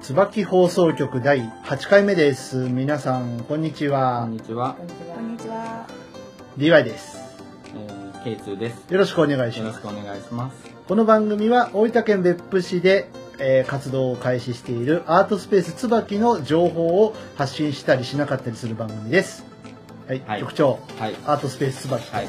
椿放送局第8回目です。皆さん、こんにちこはん。にちはこ、んにちこんにちは。 DY です。えー、K2 です。よろしくお願いしよろましす。くお願いします。この番組は大分県別府市で、えー活動を開始しているアートスペース椿の情報を発信したりしなかったりする番組です。はい、はい局長、はい。アートスペース椿とはい。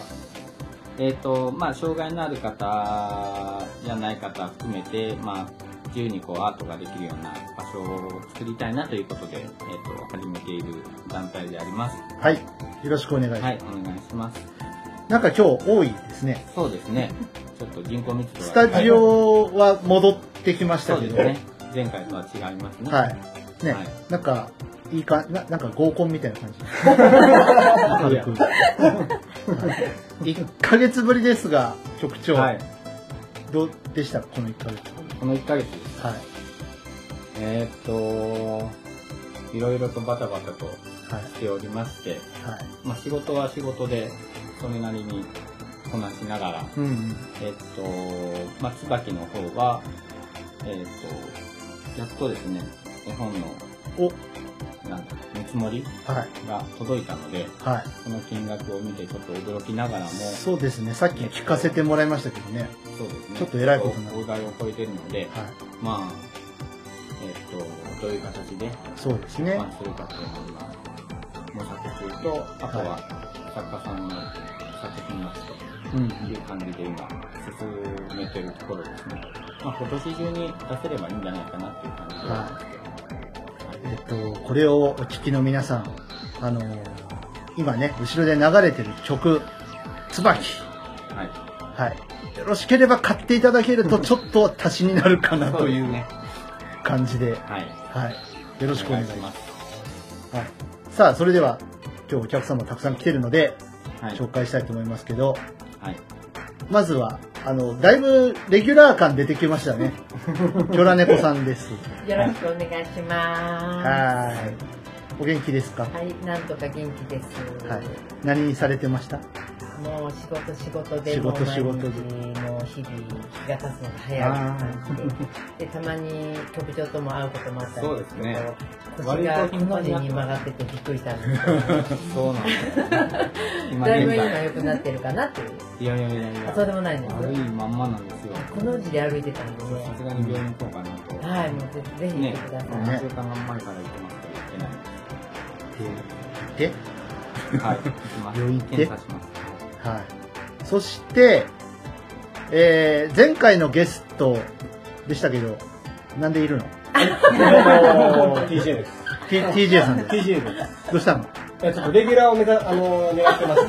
えっ、と、まあ、障害のある方じゃない方含めて、まあ、自由にこうアートができるような場所を作りたいなということで、えっ、と、始めている団体であります。はい、よろしくお願いします。はい、お願いします。なんか今日多いですね。そうですね。ちょっと人口密度がスタジオは戻ってきましたそうけですど、ね。前回とは違いますね。はい。ね、はいなんか、いいか、ななんか合コンみたいな感じ。軽く。 1ヶ月ぶりですが、局長、はい。どうでしたこの1ヶ月。この1ヶ月です。はい。えっ、と、いろいろとバタバタとはい。しておりまして、はい。まあ、仕事は仕事でそれなりにこなしながら、うんうん。えっと、まあ、椿の方は、えっと、やっとですね、絵本の、お、なんか、見積もりはい。が届いたので、はその金額を見てちょっと驚きながらも、い。そうですね。さっき聞かせてもらいましたけどね。そうですね、ちょっと偉いことになる大台を超えてるので、はい。まあ、えっと、どういう形で、そうですね。まあ、するかというのを今、模索中と、あとは、作家さんの作品の人うんうん。という感じで今進めてるところですね。まあ今年中に出せればいいんじゃないかなっていう感じではありますけど。えっと、これをお聞きの皆さん、あのー今ね、後ろで流れてる曲、椿。はい。はい。よろしければ買っていただけると、ちょっと足しになるかなというね。感じで、はい。よはい。よろしくお願いします。す。はい、さあそれでは今日お客様たくさん来てるのではい。紹介したいと思いますけど、はい。まずはあのだいぶレギュラー感出てきましたねキョラネコさんですは。よろしくお願いしまはーいお元気ですかす。はい、なんとか元気です。はい何にされてましたもう仕事仕事で、仕事仕事でもう毎日もう日々日が経つのが早い感じで、でたまに局長とも会うこともあったんですけど、そう腰が割とくの字に曲がっててびっくりしたんですけど、そうなんですよ、 ね。今だいぶ現今在。良くなってるかなっていう。いやいやいやいあや。そうでもないんです悪いまんまなんですよ。くの字で歩いてたんでねさ、すがに病院行こうかなと。はい、もうぜぜひ来ねてください。何週間前から行ってますけど行ってない。で、ではい。行きます。病院行って検査します。はい、そして、えー前回のゲストでしたけどなんでいるの TJ です。 T- ?TJ さんです TJ です。どうしたのいや、ちょっとレギュラーを目ざ、あのー、狙ってます。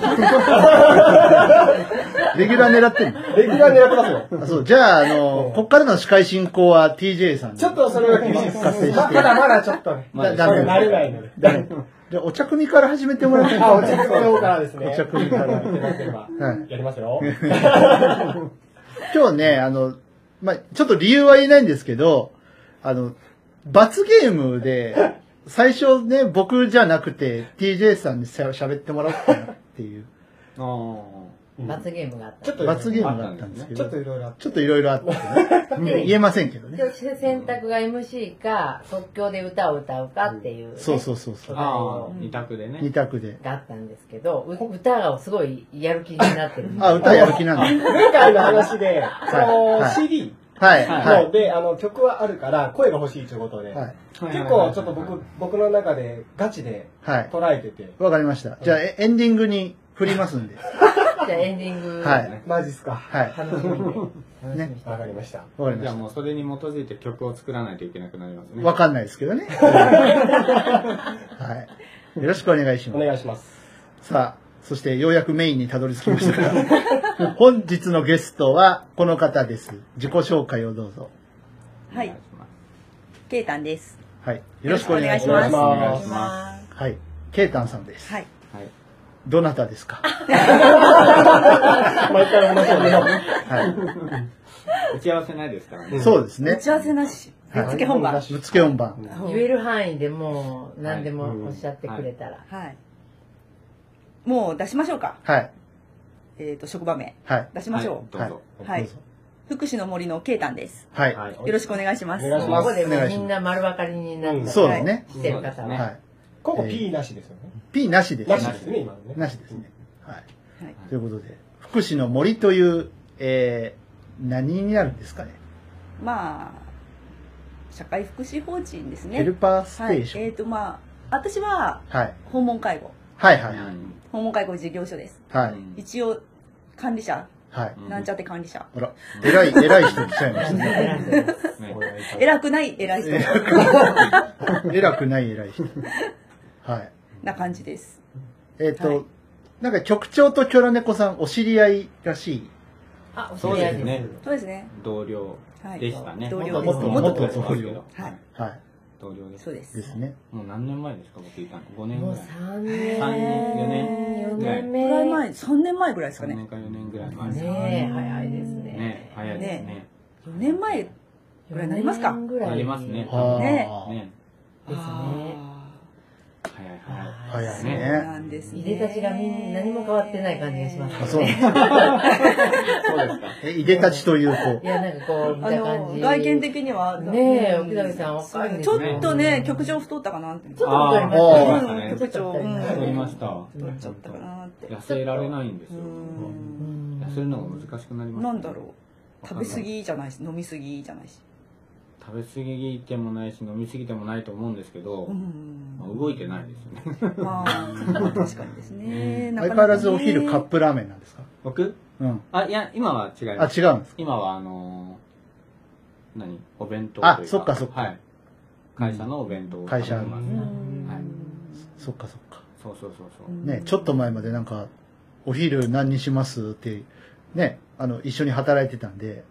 レギュラー狙ってんのレギュラー狙ってますよ。あそう、じゃあ、あの、こっからの司会進行は TJ さんでちょっとそれは厳しいで達成しす。てままだまだちょっとね。だまダメだ慣れないので。ダメ。じゃあ、お茶組から始めてもらっていいあ、お茶の方からですね。お茶組からやってなければはいやりますよ。今日ね、あの、まあ、ちょっと理由は言えないんですけど、あの、罰ゲームで、最初ね、僕じゃなくて TJ さんにしゃ喋ってもらおうかなっていう、あー罰ゲームがあった。ちょっと、罰ゲームだったんですけちょっどと、いろいろあって。ちょっといろいろあ ってね、言えませんけど一ね。応選択が MC か即興で歌を歌うかっていうね、そうそうそうそう。あー、二択でね。二択で。があったんですけどう歌がすごいやる気になってるあ、歌やる気なんだ。前回の話で、そはのい CD はい、はのい。で、あの、曲はあるから、声が欲しいということで、はい。結構ちょっと僕、僕の中でガチではい。捉えてて、わかりました。じゃあ、えエンディングに振りますんで。じゃあエンディング、はい。マジっすか。はい。楽しみで楽しみにしてわかりました。わかりまじゃあしもうそれに基づいて曲を作らないといけなくなりますた。ね。わかんないですけどね。はい。よろしくお願いしおま願いします。す。さあ、そしてようやくメインにたどり着きましたが、 本日のゲストはこの方です。自己紹介をどうぞ。はいお願します。ケイタンです。はい。よろしくお願いしお願ます。いしますお願いしまはい。ケイタンさんです。はい。す。はい。どなたです か毎回同じことで。は打ち合わせないですからい。ね。そうです打ね。ち合わせなし。ぶっつけ本番。はい。ぶつけ本番。言える範囲でもう何でもおっしゃってくれたら、もう出しましょうか。はい。えっ、と、職場名。はい。出しましょはいどうぞ。う。はい。どうぞ福祉の森のケイタンです。はい。はいよろしくお願いします。お願いしまここすでお願もういしみますんな丸分かりになって、そうですね来てる方は、ねはい。ここ P なしですよね。 P なしです。なしですね、今のね。なしですね。はい。はいということで、福祉の森という、えー、何になるんですかね。まあ、社会福祉法人ですね。ヘルパーステはい。えっー、ション。と、まあ、私ははい。訪問介護、はいはいはい。訪問介護事業所です。はい。一応、管理者、はい。なんちゃって管理者。あら、偉い、偉い人来ちゃいましたね。お願いします偉くない偉い人偉くない偉い人。はい。な感じです。えっ、と、はいなんか局長とキョラネコさんお知り合いらしい。あ、お知そうり合でいすです。ね。そうですね。同僚はい。でしたね。同もっ僚とですもっともっもっとと同ですけど僚。はい。はい。同僚ですそう。です。ですね。もう何年前ですか、僕いたの。5年ぐもうらい。 3三年四年、年4ぐらい年ぐら目。い前、3年前ぐらいですか3ね。年か4年ぐらい前。ねえ、早いですね。ね早いですね。 4年前ぐらいになりますか四年ぐらいなりますね。あーねねですね。早い 早い。早いそうね。なんですね。いでたちがみんな何も変わってない感じがしますあ、そうなんですそうですか。え、いでたちという子い。や、なんかこう、見あた感のじ。外見的にはねえうん奥崎さん若いですねちょっとね局長太ったかなってちょっと太りまあーし太たりまね。したねちょ太りっと太りました太ました。ね太っちゃったかなって痩せられないんですうよ。うんん痩せるのが難しくなります。なんだろう食べ過ぎじゃないし飲み過ぎじゃないし食べ過ぎてもないし飲み過ぎてもないと思うんですけど、うんまあ動いてないですよね まあ確かにですねな相変かなかねわらずお昼カップラーメンなんですか僕うん。あいや今は違いあ、ます違うんです。今はあのー何お弁当というあかそっかそっかはい、会社のお弁当を会社食べてますうねんはいそっかそっか。そうそうそうそう、うんね、ちょっと前までなんか、お昼何にしますって、ね、あの、一緒に働いてたんで、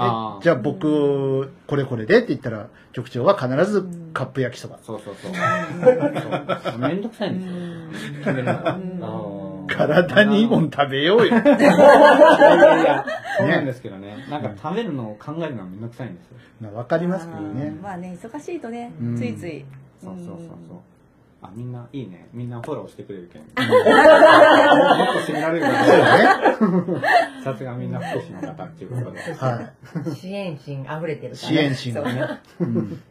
ああえじゃゃあ僕、これこれでって言ったら、局長は必ずカップ焼きそば。そうそうそうそうめんどくさいんですよ決めるのがうんあー体にいいもん食べようよ。いやいやそうなんですけどねなんか食べるのを考えるのはめんどくさいんですよまあわかりますけどあねー。まあね忙しいとねうんついついそうそうそうそんうあみんないいねみんなフォローしてくれるけんもっと責められるかそうらだね。さすがみんな福祉の方っていうことでは 支援心溢れ てるい。から支援心がね。うん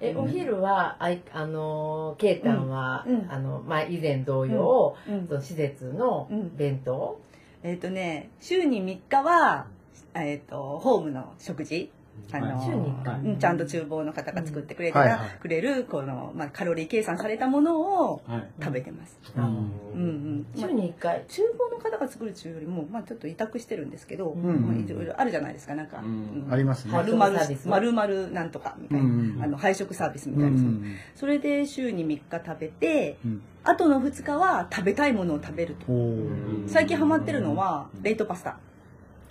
え、お昼は、あい、あのー、ケイタンは、うんうんあの、まあ、以前同様、うんその施設のうん弁当、えっ、とね、週に3日は、えっ、と、ホームの食事。あの週にはいうんちゃんと厨房の方が作ってくれたうんら、はいはいくれる、この、まあ、カロリー計算されたものをはい食べてます。うんうんうん。まあ週に1回。厨房の方が作る中よりも、まあ、ちょっと委託してるんですけど、うんまあ、いろいろあるじゃないですか、なんか、ううんんありますね。丸々サービス丸々なんとかみうたいな、あんの配食サービスみうたいな、ん。それで週に3日食べてうんあとの2日は食べたいものを食べるとおーうん最近ハマってるのはレイトパスタあ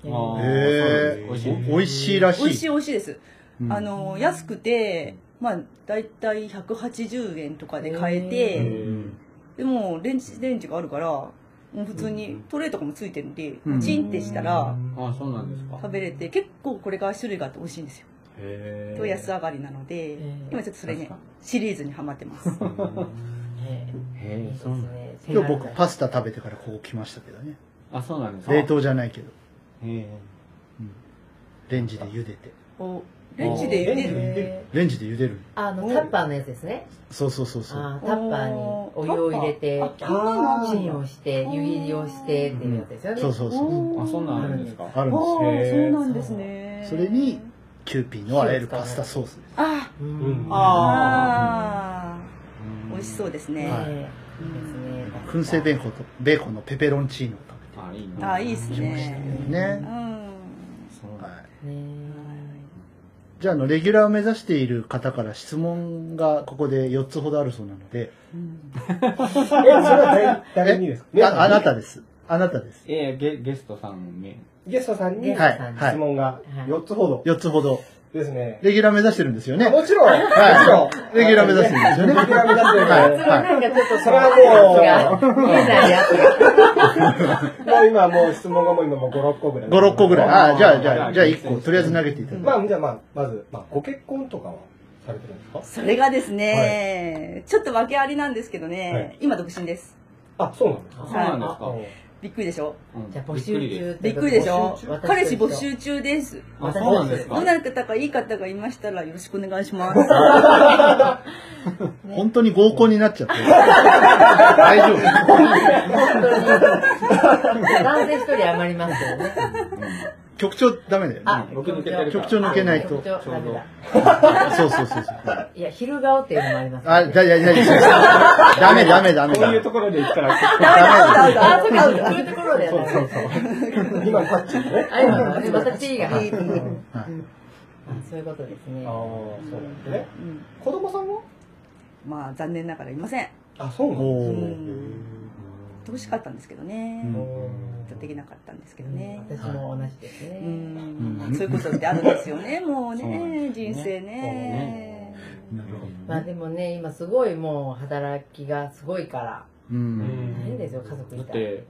ーへーそうですお美味しいら美味ししいい。美味しいですうんあの安くて、まあ、大体180円とかで買えへてーでもレンジレンジがあるからもう普通にトレーとかもついてるんで、うんチンってしたらあそうなんですか食べれて結構これが種類があって美味しいんですよへと安上がりなのでー今ちょっとそれね確かシリーズにはまってますええへえいいそうなですんだね。今日僕パスタ食べてからここ来ましたけどね。あそうなんですか冷凍じゃないけど。へえうんレンジで茹でて。おレンジで茹でるえレンジで茹でる。ーあの、タッパーのやつですね。そうそうそうそう。あータッパーにお湯を入れてあ、タッパーあチンをして、湯切りをしてっていうやつですよね。そうそうそう。あそんなんあるんですかあるんですおよ。ーへーそうなんですねそれに、キューピーのあらゆるパスタソースです。あううんん。あうんー美味しそうですね、はいねえいいですね。燻製ベーコンとベーコンのペペロンチーノを食べてあいいあなあいいですねるねう。んそうはなんい。ねじゃあ、あの、レギュラーを目指している方から質問がここで4つほどあるそうなので、え、それは誰誰にですかえああなたです。あなたです。いやいやゲゲストさんめゲストさんゲにスはトい。さんには質い。問がはい4つほど4つほど。ですね。レギュラー目指してるんですよね。もちろん、もちろん。レギュラー目指してるんですよねレギュラー目指してるからえ。それはなんかちょっとそれは もう、見えないやつが。もう今もう質問がもう今もう5、6個ぐらい。 5、6個ぐらい。ああ、じゃあ、じゃはあ、いじゃあ1個、とりあえず投げていただいて。まあ、じゃあまあ、まず、まあ、ご結婚とかはされてるんですかそれがですね、ちょっと訳ありなんですけどね、はい今独身ですあ、そうなんですかそうなんですかうんびっくりでしょうんじゃあ募集中びっくりですてびっくりでしょ募集中彼氏 募集中です。あ、そうなんですどか。なたかいい方がいましたらよろしくお願いします。本当に合コンになっちゃって。大丈夫。男性一人余りますよね。局長ダメだよね。あ僕抜けてるから局長抜けないと局長ダメだ。そうそうそうそう。いや、昼顔っていうのもあります、ね。あ、だ、だ、だ、 ダメダメダメこういダうとメ。ころで行ったら、ダメだ、あ、アウそトうだ、か、アウトだ、アそうウいうところでやそうらそなうい。そう。今タッチね。あ、今のはね、また T が入ってる。はいそういうことですねああ、。そうなんですね。ト。うん子供さんはまあ残念ながらいません。あ、そうおなのー欲しかったんですけどね。うんちょっとできなかったんですけどね。私も同じですうね。んう、んそういうことってあるんですよね、もうそうなんね、ですよね人ね生ね。なるほどまあね。でもね、今すごいもう働きがすごいから、う。うんん大変ですよ、家族だいったら。て、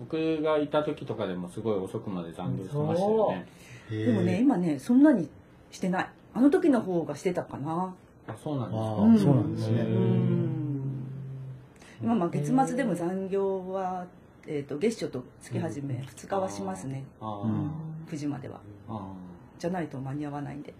僕がいた時とかでもすごい遅くまで残業してましたよね。ででもね、、今ね、そんなにしてない。あの時の方がしてたかな。あ、そうなんあですか。あ、そうなんですううね。ん。今、まあ月末でも残業は、えっと、月初と月始め、2日はしますね。あうん9時までは。あ、あじゃないと間に合わないんで。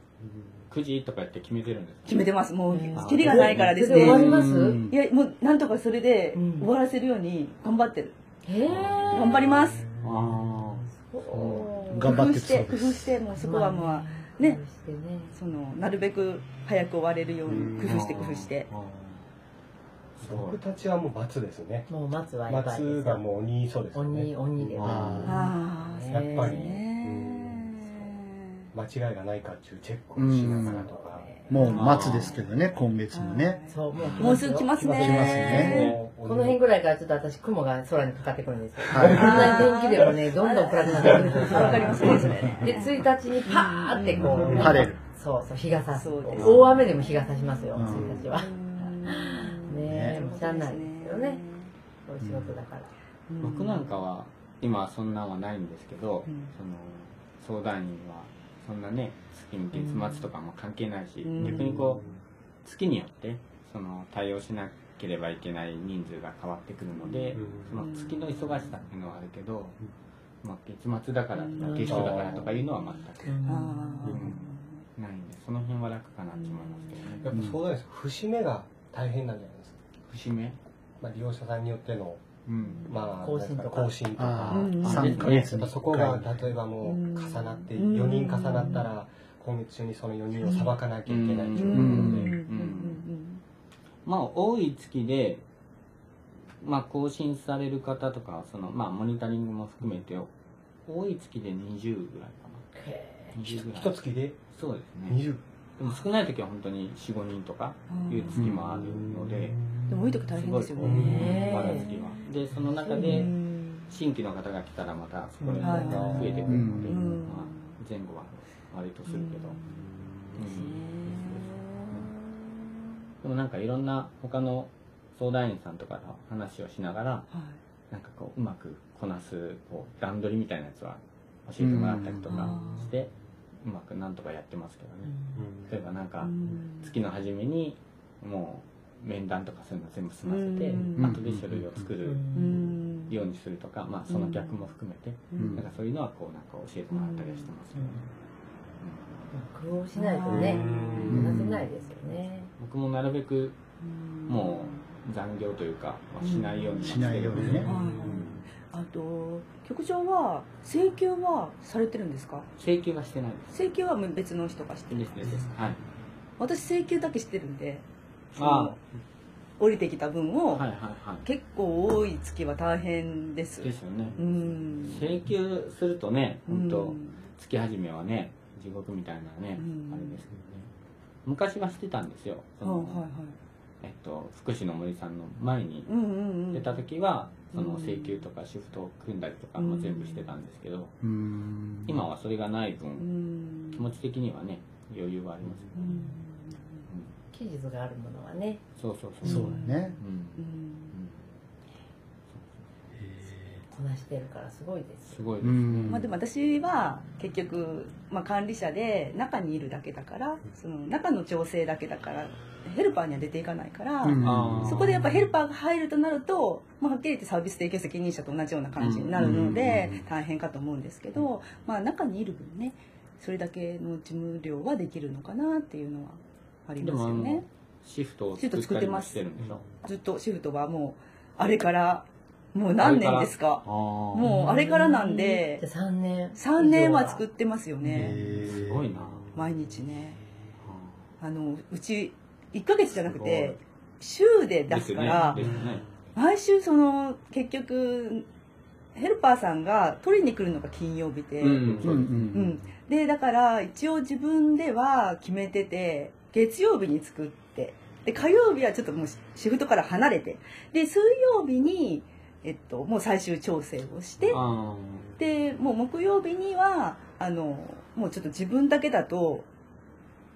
あ。9時とかやって決めてるんですか決めてます。もううん、キリがないからですそれで終わりね。ますうんいや、もう、なんとかそれでうん終わらせるように頑張ってる。へー頑張ります。ああ。そう頑張ってる工夫しそうて、です工夫して、もうそこはままああね工夫してねあ、その、なるべく早く終われるように工夫して工夫して。ああ。すご僕い。たちはもう罰ですね。もう松はやばいで罰すよがもう鬼そうですよ鬼ね。鬼ですあああ、やっぱりね間違いがないかっていうチェックをしながらとか。もう松ですけどね、今月のね。そうもうもうすぐ来ますね。来ますねこの辺ぐらいからちょっと私雲が空にかかってくるんですよこはんい。な天気でもねどんどん暗くなってくるんですよ わかりますね、それね。で1日にパーってこう晴れるそうそう日が差すそうです大雨でも日が差しますようん1日はねえもうしゃあないですよねお仕事だから僕なんかは、今そんなんはないんですけど、うんその、相談員は、そんなね、月に月末とかも関係ないし、うん逆にこう、月によってその対応しなければいけない人数が変わってくるので、その月の忙しさっていうのはあるけど、まあ、月末だからとかうん月初だからとかいうのは全あくないんでその辺は楽かなと思いますけどね、やっぱそうなんです。節目が大変なんじゃないですか。節目まあ利用者さんによってのうんまあ更新とか更新とあか。うんあ、三ヶ月やにっぱ一そこが回。例えばもううん重なってうん4人重なったら今月中にその4人を裁かなきゃいけないーっうてんいううんことでまあ多い月で、まあ、更新される方とかその、まあ、モニタリングも含めて多い月で20ぐらいかな20ぐらい一月でそうですね20でも少ない時は本当に45人とかいう月もあるので、でも多い時大変ですよごいこうね。まだ次はでその中うでん新規の方が来たらまたそこでうん増えてくるので、うんまあ、前後は割とするけど、でもなんかいろんな他の相談員さんとかと話をしながらはなんかこううまくこなすこう段取りみたいなやつは教えてもらったりとかして、うまくなんとかやってますけどね、例えばなんいか、うん月の初めにもう面談とかそういうの全部済ませて、うん後で書類を作るうんようにするとか、まあ、その逆も含めて、うんなんかそういうのはこうなんか教えてもらったりはしてますよね、工夫しないとねうん話せないですよね僕もなるべくうんもう残業というか、まあしないようにはてるしないようにねあと局長は請求はされてるんですか請求はしてないです請求は別の人がしてでるすですですはい私請求だけしてるんであ降りてきた分あをはいはいは結構多い月は大変ですいですよねうん請求するとね本当、うん月始めはね地獄みたいなね、うんあれですけどね昔はしてたんですよそはいの、はいはいえっと、福祉の森さんの前にうんうんうん出た時は、そのうん請求とかシフトを組んだりとかも全部してたんですけど、うん。今はそれがないう分、ん気持ち的にはね余裕はありますよね、うん期日があるものはねそうそうそうそうだね。うんうんうんここなしてるからすごいですすごいでうす。ん。まあ、でも私は結局、まあ、管理者で中にいるだけだからその中の調整だけだからヘルパーには出ていかないから、うんあーそこでやっぱヘルパーが入るとなると、まあ、はっきり言ってサービス提供責任者と同じような感じになるのでうん大変かと思うんですけど、まあ、中にいる分ねそれだけの事務量はできるのかなっていうのはありでますもあよのね。シフトをシフト作作っったてりもましすてるんでしょ。ずっとシフトはもうあれからもう何年ですかあーもうあれからなんでじゃあ3年3年は作ってますよね。へーすごいな。毎日ねああのうち1ヶ月じゃなくて週でー出すから、ですよね。ですよね毎週その結局ヘルパーさんが取りに来るのが金曜日で、うんうんうん。でだから一応自分では決めてて月曜日に作ってで火曜日はちょっともうシフトから離れてで水曜日に、えっと、もう最終調整をしてあでもう木曜日にはあのもうちょっと自分だけだと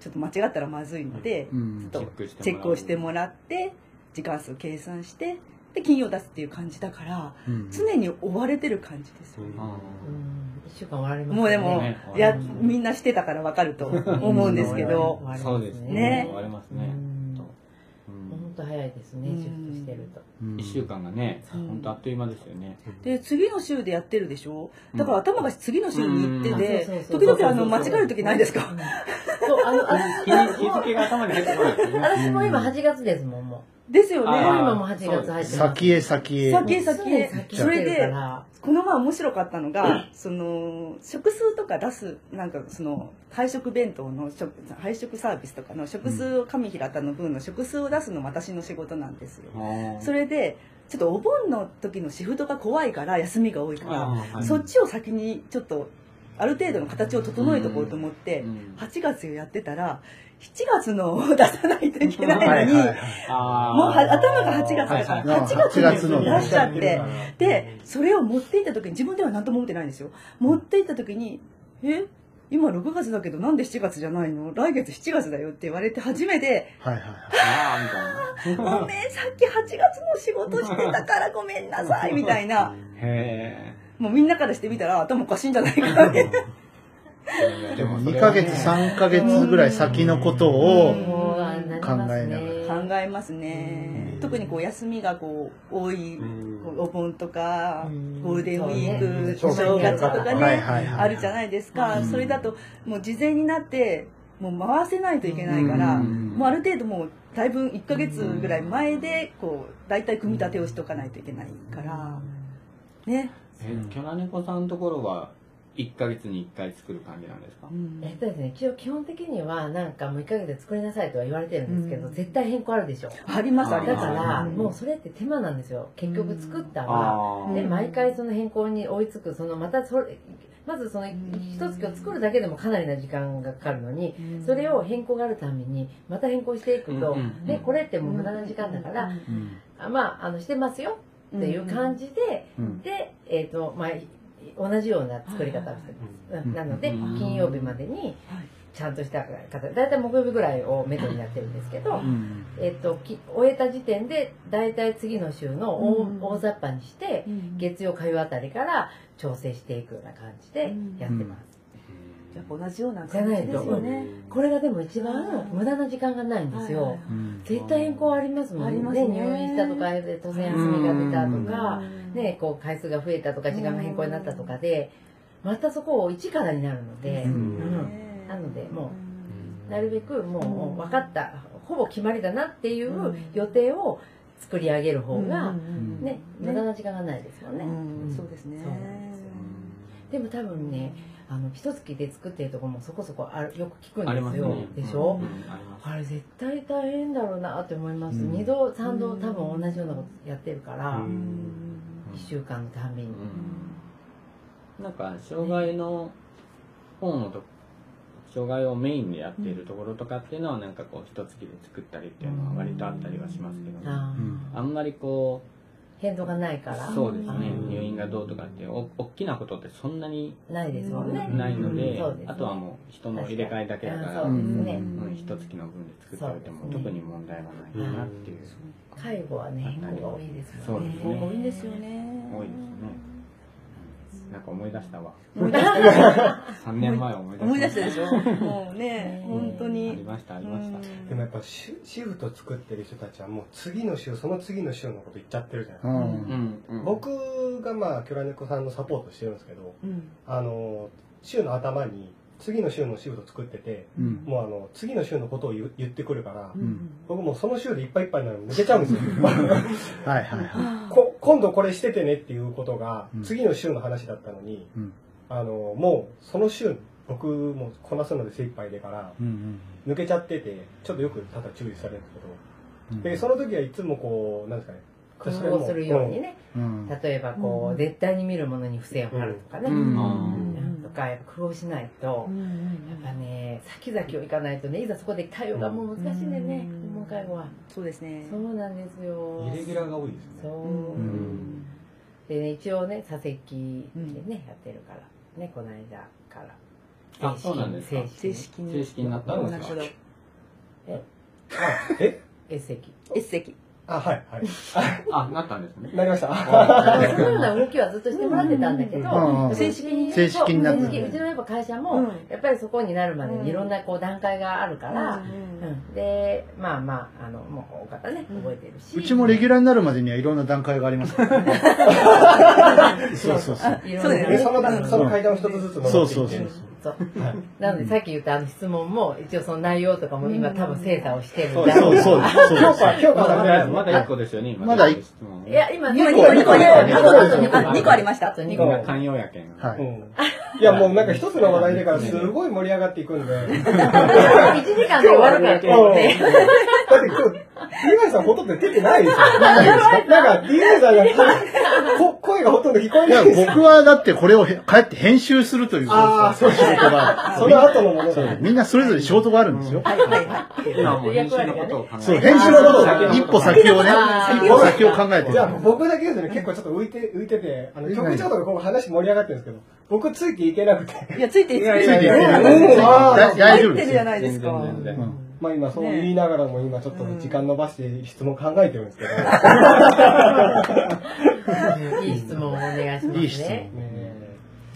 ちょっと間違ったらまずいので、うんーちょっクチェックをしてらもらって時間数計算してで金曜出すっていう感じだからうん常に追われてる感じですよ、うあうん1週間終わりますもうでも、ねいやうんみんなしてたからわかると思うんですけど終わりますねそうですね終わりますうね。んうん本当早いですねうんシフトしてるとうん一週間がね、うん本当あっという間ですよね。で次の週でやってるでしょうんだから頭が次の週に行ってうんあてそうそう時そう々あの間違える時ないですうかんそうあのあ日に日付が頭に入ってこないですよね。私も今8月ですもんもですようもうねあ今も8月入ってます先へ先へ。先へすぐへ先それで行ってるからこの前面白かったのがその食数とか出すなんかその配食弁当の食配食サービスとかの食数を上平田の分の食数を出すの私の仕事なんですよそれでちょっとお盆の時のシフトが怖いから休みが多いからあーはいそっちを先にちょっとある程度の形を整えておこうと思って、うん8月やってたら7月のを出さないといけないのに、はいはいあーもうは頭が8月だから、はいはい8月にいら出しちゃって、でうそれを持っていった時に自分では何とも思ってないんですよ持っていった時に「え今6月だけどなんで7月じゃないの来月7月だよ」って言われて初めてはいはいはい。あーみ「ごたいめな。んさっき8月の仕事してたからごめんなさい」みたいな へもうみんなからしてみたら頭おかしいんじゃないかなって。え。でもそれ2はヶね月、3ヶ月ぐらい先のことを、もうあなりますね考え考えますね、うん特にこう休みがこう多い、うんこうお盆とか、うんゴールデンウィそうーねク、お正月とかね、はいはいはいあるじゃないですか、うんそれだともう事前になってもう回せないといけないから、うんもうある程度もうだいぶ1ヶ月ぐらい前でこう大体組み立てをしとかないといけないから、ね、えキャラ猫さんのところは一ヶ月に一回作る感じなんですかう。んえっとですね、一応基本的にはなんかもう1ヶ月で作りなさいとは言われてるんですけど、うん絶対変更あるでしょありますだありかますらうんもうそれって手間なんですよ結局作ったら、あーでうん毎回その変更に追いつくそのまたそれまずそのん一つ今日作るだけでもかなりな時間がかかるのにうんそれを変更があるためにまた変更していくと、うんうんでこれってもう無駄な時間だから、うんうんあまああのしてますよっていう感じで、うんで、えっとまあ、同じような作り方をしていはいなので、うん金曜日までにはいちゃんとした方大体木曜日ぐらいを目処になってるんですけど、うんえっと、き終えた時点で大体次の週の大,、うん大雑把にしてうん月曜火曜あたりから調整していくような感じでやってます。やっぱ同じような感じですよね。これがでも一番無駄な時間がないんですよ。はいはいはいうん絶対変更ありますもありんますねね入院したとかで突然休みが出たとか、うんね、こう回数が増えたとか時間が変更になったとかでまたそこを一からになるので、うんうんなのでもんなるべくもううん分かったほぼ決まりだなっていううん予定を作り上げる方が、んね、無駄な時間がないですよね、うんそうですねそうなんですよでも多分ねあの一月で作ってるとこもそこそこあるよく聞くありんまですすよね。でしょ、うんうんあります。あれ絶対大変だろうなって思います、うん二度三度多分同じようなことやってるから、うん一週間のたんびに、うんなんか障害の本をと障害をメインでやっているところとかっていうのはなんかこう一月で作ったりっていうのは割とあったりはしますけど、ね、あうーんあんまりこ変動がないからうそうですねうん入院がどうとかってお大きなことってそんなにないですもんねないので,、そうですねあとはもう人の入れ替えだけだから、ううんんそうですね、ん一月の分で作っておいてそもうですね特に問題はないかなっていう、介護はね変動が多いですもんねそうですね多いんですよね多いですねなんか思い出したわ。思い出した3年前を思い出した。思い出したでしょもうね本当ありにました、あうりました。 でもやっぱシシフト作ってる人たちはもう次の週その次の週のこと言っちゃってるじゃないですうか、ん。ん、うん僕がまあキョラネコさんのサポートしてるんですけどうんあの週の頭に次の週のシフト作っててうん。もうあの次の週のことを言う言ってくるから、ん僕もうその週でいっぱいいっぱいなのに抜けちゃうんですよはいはいはい。こ今度これしててねっていうことがうん次の週の話だったのに、うん。あのもうその週僕もこなすので精一杯でからうん抜けちゃっててちょっとよくただ注意されるんですけどうん。でその時はいつもこうなんですかね工夫をするようにねうん。例えばこう絶対に見るものに付箋を貼るとかねうんうんとかやっぱ工夫しないとやっぱね先々を行かないとねいざそこで対応がもう難しいんでねうん訪問介護はそうですねそうなんですうよんイレギュラーが多いですそねううんでね一応ね左席でねやってるからねこの間からあそうなんですか正正式式に正式になったんなでるすほかどえ S 席 S 席あはいはいあ、なったんですね。なりましたそういあうような動きはずっとしてもらってたんだけど、うん正式に正式になったそう正式うちのやっぱ会社も、うんやっぱりそこになるまでにいろんなこう段階があるから、うんうんでまあまああのもうお方ねうん覚えてるし、うちもレギュラーになるまでにはいろんな段階があります からね。そうそうそう。いろんそうだよでねそのな段その階段を一つずつ登っていってそうそうはいなのでさっき言ったあの質問も一応その内容とかも今多分精査をしてるんだそうそうです。そう評です。価評価まされてないでだ、すまだ1個ですよね、今。まだ一個質問いや今今ね二個二二個個二個あ二個ありましたあと2みん 個な寛容やけん。はいうんいやもうなんか一つの話題だからすごい盛り上がっていくんで。 1時間で終わるからだって今日、DY さんほとんど出てないですよ。なんか DY さんがこ声がほとんど聞こえいなや、いですよ。僕はだってこれをへ帰って編集するというあー仕事が。その後のものそがう。みんなそれぞれ仕事があるんですよ。今はもう編集のことを考えて。そう、編集のことあーを、一歩先をね、あー一歩先を考えてじるゃあ僕だけですね、結構ちょっと浮いて、浮いてて、あの、局長とかこう話盛り上がってるんですけど、僕ついていけなくて。いやついていついていけるうんあーだ大丈夫で入ってするじゃよ。ないですか全然全うん然まあ今そう言いながらも今ちょっと時間延ばして質問考えてるんですけど。いい質問をお願いしますねいい質問ねね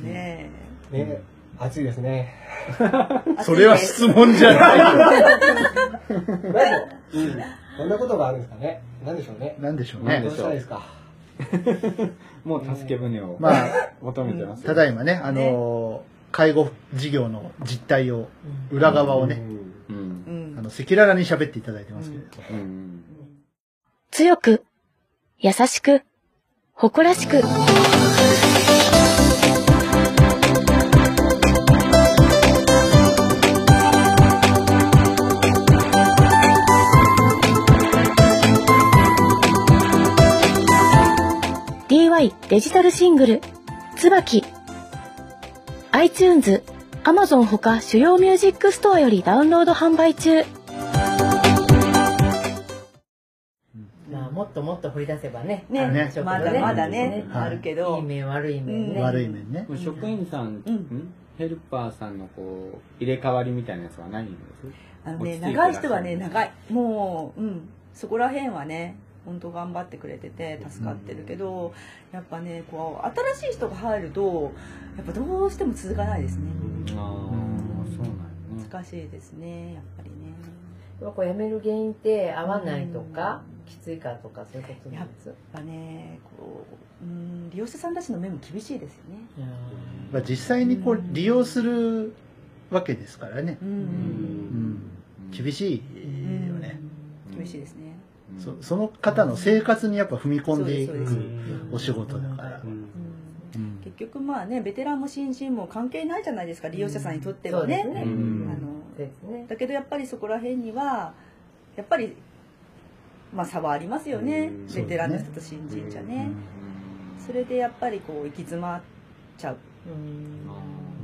えねえ暑いですね。えそれは質問じゃない。なんで、うん、こんなことがあるんですかね。なんでしょうね。なんでしょうなんねどうで。したらいいですか。もう助け舟をまあ、求めてます。ただいまね、あのー、介護事業の実態を、裏側をね、う。うんんあの、赤裸々に喋っていただいてますけれど。うん。強く、優しく、誇らしく。DY デジタルシングル、椿。iTunes、Amazon ほか主要ミュージックストアよりダウンロード販売中。まあもっともっと掘り出せばねねちょっとまだまだね、はいあるけいいど、面悪い面ね、うん悪い面ね。職員さん、うんんヘルパーさんのこう、入れ替わりみたいなやつはないんですあの落ちね着いて長い人はねらっし長いもううんそこら辺はね本当頑張ってくれてて助かってるけど、やっぱねこう新しい人が入るとやっぱどうしても続かないですねああ、そうなんやね。難しいですねやっぱりねでもこう辞める原因って合わないとか、きついからとかそういうことなんですやっぱねこう、うん、利用者さんたちの目も厳しいですよねまあ、実際にこう、利用するわけですからね。ううんん。厳しいよね。厳しいですねそその方の生活にやっぱ踏み込んでいそうですそうくお仕事だからう。んうんうん結局まあねベテランも新人も関係ないじゃないですか利用者さんにとってそはうでねすね、うんあのそうですねだけどやっぱりそこら辺にはやっぱりまあ差はありますよね、うんベテランの人と新人じゃうね、んそれでやっぱりこう行き詰まっちゃう、うん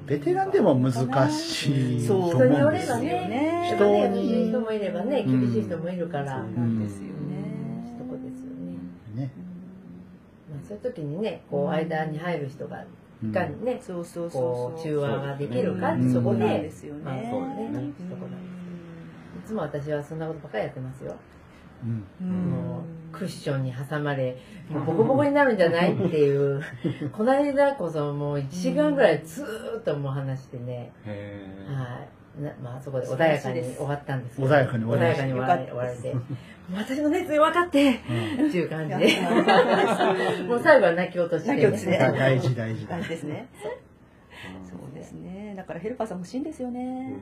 ベテランでも難しいとそ思う人うによんでれすばよ。ね人に人にいい人もいればね厳しい人もいるから、そううんなんですよね、そこですよね、ね。まあ、そういう時にねこう間に入る人がうんいかにね、そうそうこそううそう中和ができるかってうんそこで、なんいですよね、まあそうですねうんそこなんいつも私はそんなことばっかりやってますようんうもうクッションに挟まれ、もうボコボコになるんじゃないっていう、 この間こそもう1時間ぐらいずーっともう話してね、へーはい、なまあそこで穏やかに終わったんですけど穏やかに終わりました穏やかに終わり終われて、私の熱意分かってっていう感じで、もう最後は泣き落として、泣き落としだてから大事大事。大事ですね。そうですね。だからヘルパーさん欲しいんですよね。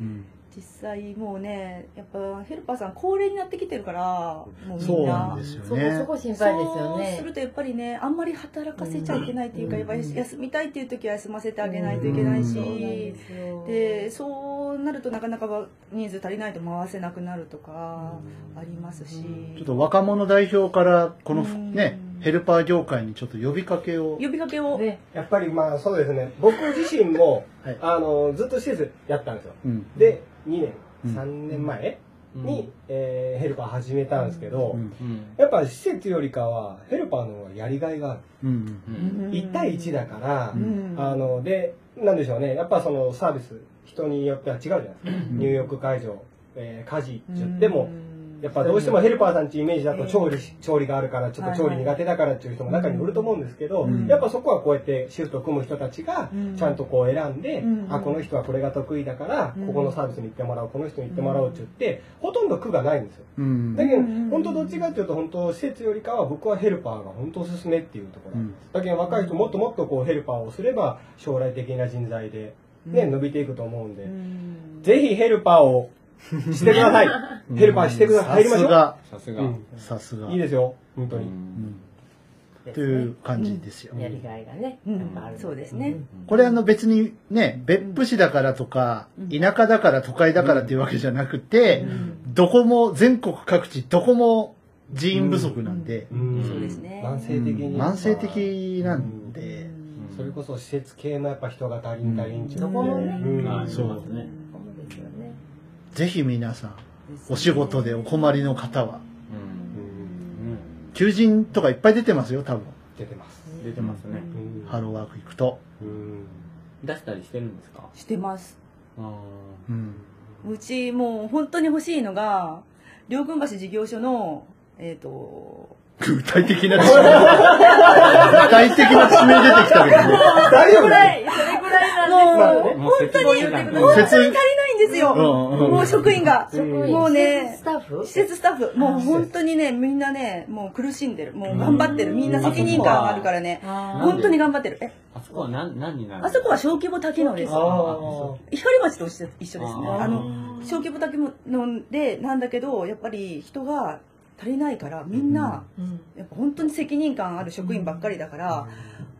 うん実際もうね、やっぱヘルパーさん高齢になってきてるから、もうみんな。そうなんですよそこそね。こ心配ですよそうすねる。とやっぱりねあんまり働かせちゃいけないっていうか、うんやっぱり休みたいっていう時は休ませてあげないといけないし、そうなんですよでそうなるとなかなか人数足りないと回せなくなるとかありますし、ちょっと若者代表から、このうんね、ヘルパー業界にちょっと呼びかけを。呼びかけを、ねやっぱりまあそうですね、僕自身も、はいあの、ずっと施設やったんですよ。うん。で、2年、うん3年前うんに、えーヘルパー始めたんですけど、うんうんやっぱ施設よりかはヘルパーの方がやりがいがある。うん。うん1対1だから、うんあの、で、なんでしょうね、やっぱそのサービス、人によっては違うじゃないですか。入浴会場、えー家事って言っても、やっぱどうしてもヘルパーさんっていうイメージだと調理し、調理があるから、ちょっと調理苦手だからっていう人も中にいると思うんですけど、うんやっぱそこはこうやってシフト組む人たちがうん、ちゃんとこう選んで、うんあ、この人はこれが得意だから、うんここのサービスに行ってもらおう、この人に行ってもらおうって言って、ほとんど苦がないんですよ。うん。だけど、うん本当どっちかっていうと、本当施設よりかは僕はヘルパーが本当おすすめっていうところなんです。だけど若い人もっともっとこうヘルパーをすれば、将来的な人材で、ね、伸びていくと思うんで、ぜひヘルパーをしてください。ヘルパーしてください。入りましょう。ささすがううんんすが。さすが。いいですよ、本当うに。うんんという感じですよ。やりがいがね、うんやっぱあるそうですね。これあの別にね、別府市だからとか、うん田舎だから都会だからっていうわけじゃなくて、どこも、全国各地どこも人員不足なんで、うんそうですね慢性的に。慢性的なんで、それこそ施設系もやっぱ人が足りん足りんちゅうそこもねうんあーそういますねそうですよね。ぜひ皆さん、お仕事でお困りの方は、ううんんうん求人とかいっぱい出てますよ、多分。出てます。出てますねうんハローワーク行くと。うん出したりしてるんですかしてますうんうん。うちもう本当に欲しいのが両軍橋事業所のえっ、と具体的な地名。 具体的な地名出てきたけどね。大丈夫だよそれぐらいもうもう本当に言本 当に足りないんですよ、うんうんもう職員が、うんもうスねタッフ施設スタッフもう本当にねみんなねもう苦しんでるもう頑張ってるみんな責任感あるからねうん本当に頑張ってるえあそこは何何になるあそこは小規模多機能ですあ光町と一緒ですねあーあの小規模多機能でなんだけどやっぱり人が足りないからみんな、うんやっぱ本当に責任感ある職員ばっかりだから、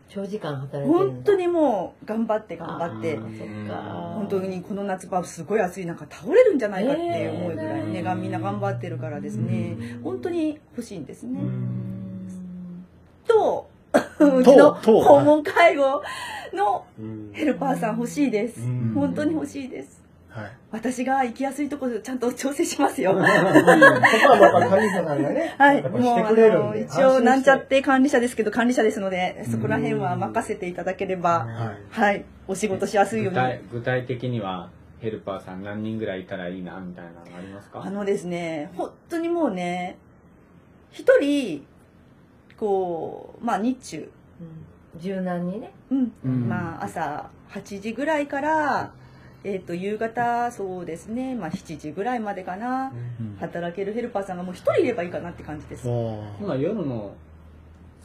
長時間働いてる本当ににもう頑張って頑張ってうん本当にこの夏場すごい暑い中倒れるんじゃないかって思うぐらいね、えーがみんな頑張ってるからですね本当に欲しいんですね、と うちのと訪問介護のうんヘルパーさん欲しいですうん本当に欲しいですはい。私が行きやすいところちゃんと調整しま すよそこはやっぱ管理者さんがね、はいやっぱもしうてあくれるんので。一応なんちゃっ安て管理者ですけど管理者ですのでそこら辺は任せていただければはい。はいお仕事しやすいよう具に体具体的にはヘルパーさん何人ぐらいいたらいいなみたいなのありますかあのですね、本当にもうね、一人、こう、まあ日中、柔軟にねうん、うんまあ朝8時ぐらいから、えっ、と、夕方、そうですね、まあ7時ぐらいまでかな、うん働けるヘルパーさんがもう一人いればいいかなって感じです。おー今夜の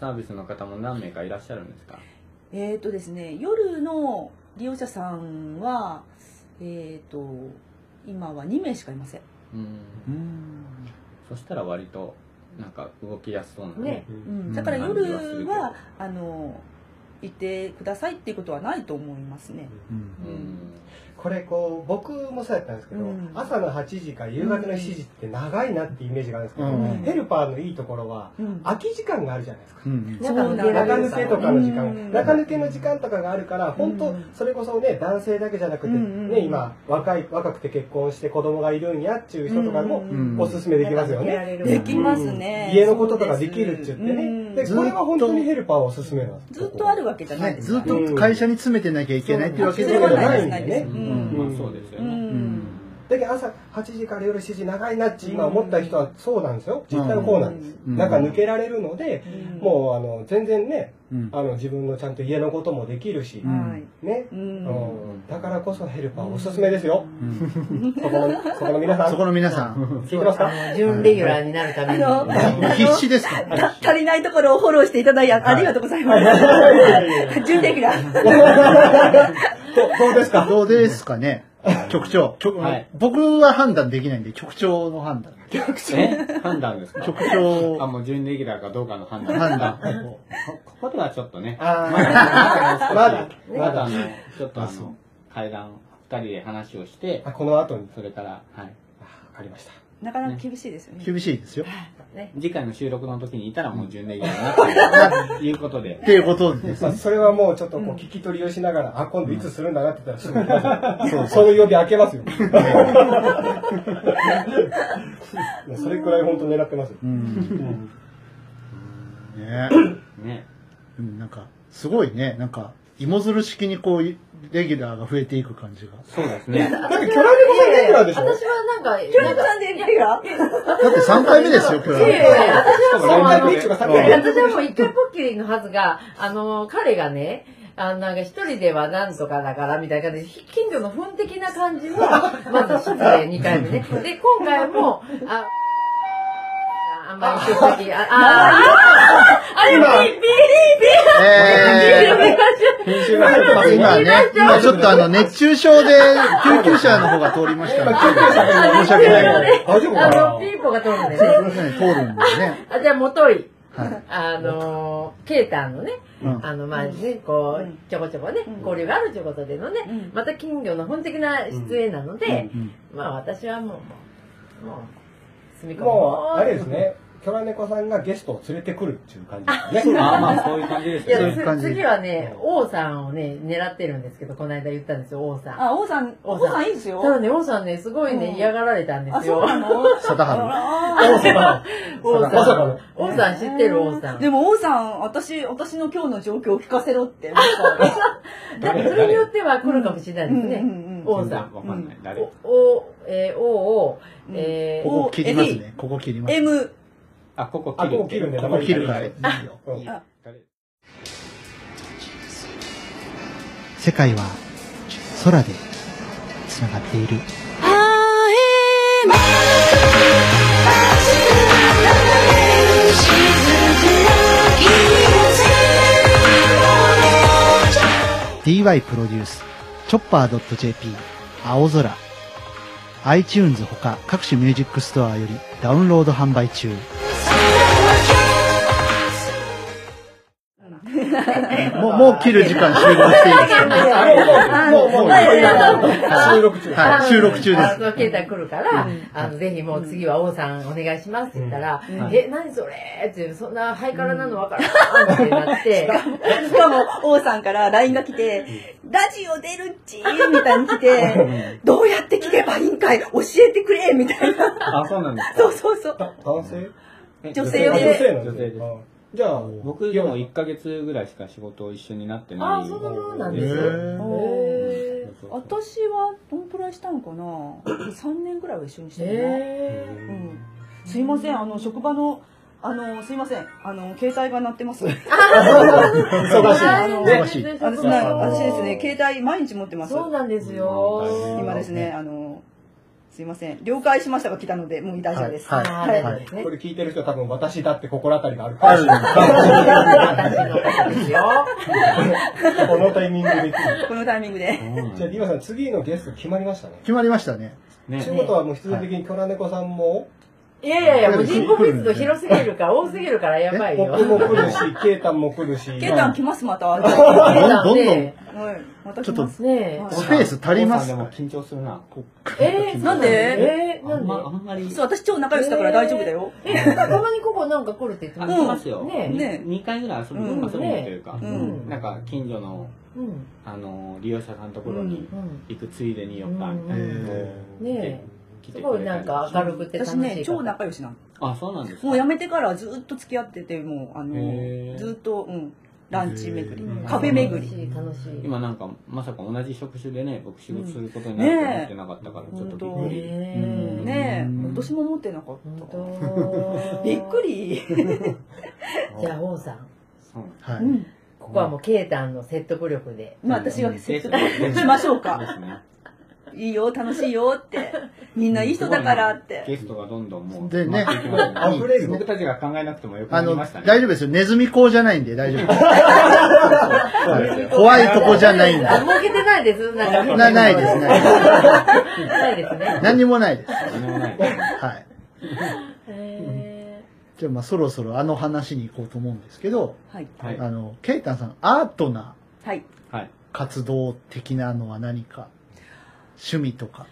サービスの方も何名かいらっしゃるんですかえっ、とですね、夜の利用者さんは、えっ、と、今は2名しかいません。うんそしたら割となんか動きやすそうなね心しうてん、だから夜感じはするけどは、あの、いてくださいっていうことはないと思いますね。うんうんこれこう、僕もそうやったんですけど、うん朝の8時から夕方の7時って長いなってイメージがあるんですけど、うんヘルパーのいいところは、うん空き時間があるじゃないですか。うん。そう中なん抜だけられ中るから抜けとかの時間、うん中抜けの時間とかがあるから、本う当んそれこそね男性だけじゃなくて、うんうんね今若い若くて結婚して子供がいるんやっていう人とかもんおすすめできますよね、できますね。家のこととかできるっちゅってね、うんでこれは本当にヘルパーはおすすめなんですずっとあるわけじゃないね、ですずかっら。と会社に詰めてなきゃいけないっていうわけそでれははなないでいですすそれはないです。ねううんんまあそうですようね、うんんだけど朝8時から夜7時長いなっち今思った人はそうなんですよ実態はこうなんです、うんなんか抜けられるので、もうあの全然ねうんあの自分のちゃんと家のこともできるし、んはい。ね、う。うんん、だからこそヘルパーおすすめですよ、うんそこ のそこの皆さんそこの皆さん、聞いてますかあの準レギュラーになるために。あの必死ですかた足りないところをフォローしていただいてありがとうございます。 準レギュラー。どどうですかどうですかね局長、局はい僕は判断できないんで、局長の判断。え判断ですか局長あ、もう準レギュラーかどうかの判断。判断こここではちょっとね。まあーだまだ、まだあの、ちょっとああそうの、会談、二人で話をしてあ、この後にそれから、はい。あわかりましたなかなか厳しいですよね。厳しいですよ。次回の収録の時にいたらもう準レギュラーになってるということでっ。ていうことですまね。あ、それはもうちょっとこう聞き取りをしながら、あ、今度いつするんだなって言ったらすぐ行きますよ。そういう曜日開けます よ。いやそれくらい本当狙ってますよ。うん。うんねね。でもなんか、すごいね。なんか、芋づる式にこう、レギュラーが増えていく感じが。そうですね。だって、キョラ猫さんレギュラーで私しょはなんか、キョなロんか、さん準レギュラーだって3回目ですよ、今いやいやいや日。私はもうラあイブの、ピいッチがさっきやから私はもう一回ポッキリのはずが、あの、彼がね、あの、なんか一人ではなんとかだからみたいな感じで、ひ近所の糞的な感じの、まず失礼2回目ね。で、今回も、あ、ああんまり出席、あ、あ、あ、あれ、ビービービえー編集が入ってますー、よ今ね、今ちょっとあの、熱中症で救急車の方が通りましたね。今救急車が申し訳ないけど。大丈夫あかの、なピーポが通るんだよね。通るんでね。あじゃあ元い、はいあのーケーターのね、うんあのまあねこう、うんちょこちょこね、うん交流があるということでのね、うんまた金魚の本的な出演なので、うんまあ私はもうもう住み込むもう、あれですね、キョラ猫さんがゲストを連れてくるっていう感じですね。まあまあ、そういう感じですいやそようねい。う感つじ次はね王さんをね狙ってるんですけどこの間言ったんですよ王さんあ、王さん、王さんいいですよた。だね王さんねすごいね、うん嫌がられたんであ、すそうよなの貞治あ王様。王まさかのさん王さん知ってる王さんでも王さん、私、私の今日の状況を聞かせろって。なんかだってそれによっては来るかもしれないですね、うんうんうんうん王全さ然んわかんない。誰お、お、えー、おを、えー、ここ切りますね。ここ切ります。 M。あ、ここあ、ここ切切るって。るんで、ここ切るからいいよ。うん世界は空でつながっている「DY プロデュース」「チョッパー .jp」「青空」iTunes ほか各種ミュージックストアよりダウンロード販売 中もう、もう切る時間終了していいですかもう、もう、もう、もう、収録中。はい、収録中であす。の、ケータ来るから、あの、ぜひもう次は王さんお願いしますって言ったら、え、何それって、そんなハイカラなのわからんってなって、しかも、王さんから LINE が来て、ラジオ出るっちーみたいに来 て、どうやって聞けばいいんかい教えてくれみたいな。あ、そうなんですか。そうそうそう。男性え女性で女性の女性です。じゃあ、僕でも1ヶ月ぐらいしか仕事を一緒になってないああ、そんなものなんですへよ。ーへー私はどんくらいしたのかな3年ぐらいは一緒にしてるな、えうん、すいませんあの職場のあのすいませんあの携帯が鳴ってます 忙しい。あの忙しい私な私ですね携帯毎日持ってますそうなんですよ。今ですねあのすいません了解しましたが来たのでもう大丈夫です、はいはい。ははいい、これ聞いてる人多分私だって心当たりがあるあかるんですか私のことですよ。ら、このタイミングで。じこのタイミングでゃあ、リマさん、次のゲスト決まりましたね。決まりましたね。といねうことは、もう必然的にキョラネコさんも、いやいやいや、もう人口密度広すぎるから、多すぎるからやばいよ。僕も来るし、ケイタンも来るし、ケータン来ますまた、はどんどんどん、ねねい、また来ますえ。スペース足りますでもか緊張するな。えー、なんでえー、あなんんでま、あんまり。そう私超仲良しだから大丈夫だよ、え、なんかたまにここなんか来るって言ってあ、ま来すますよ。ねえねえ2回ぐらい遊びにうん遊びにというかう、んなんか近所の、うん。うん。あの、利用者さんのところにうん。行くついでに寄ったみたえいな。ーね来てくれたえ。すりごいなんか明るくて楽しい私方。ね超仲良しなのあ、そうなんですかもう辞めてからずっと付き合っててもうあのへーずっとうんランチ巡りうんカフェ巡りり。楽しい、楽今なんかまさか同じ職種でね僕仕事することになると思ってなかったからちょっとびっくしい。り、ねねえうん私も持ってなかっ本た当。びっく。り、じゃあ、王さん。そうはうい。んここはもう、ケイタンの説得力で。まあ私が説うん得しましょうでかすねいいよ楽しいよってみんないい人だからっゲてストがどんどんもうでね埋まっていきますあ溢れる僕たちが考えなくてもよくなありの、ましたね大丈夫ですよ。ネズミ講じゃないんで大丈夫 です。そうですよ怖いとこじゃないんで。あ、儲けてないです。なんかなないですね。ないですね。何にもないです。何もないはい。へじゃあまあそろそろあの話に行こうと思うんですけど、はいはいあの、ケイタンさん、アートなはいはい活動的なのは何か趣味とか。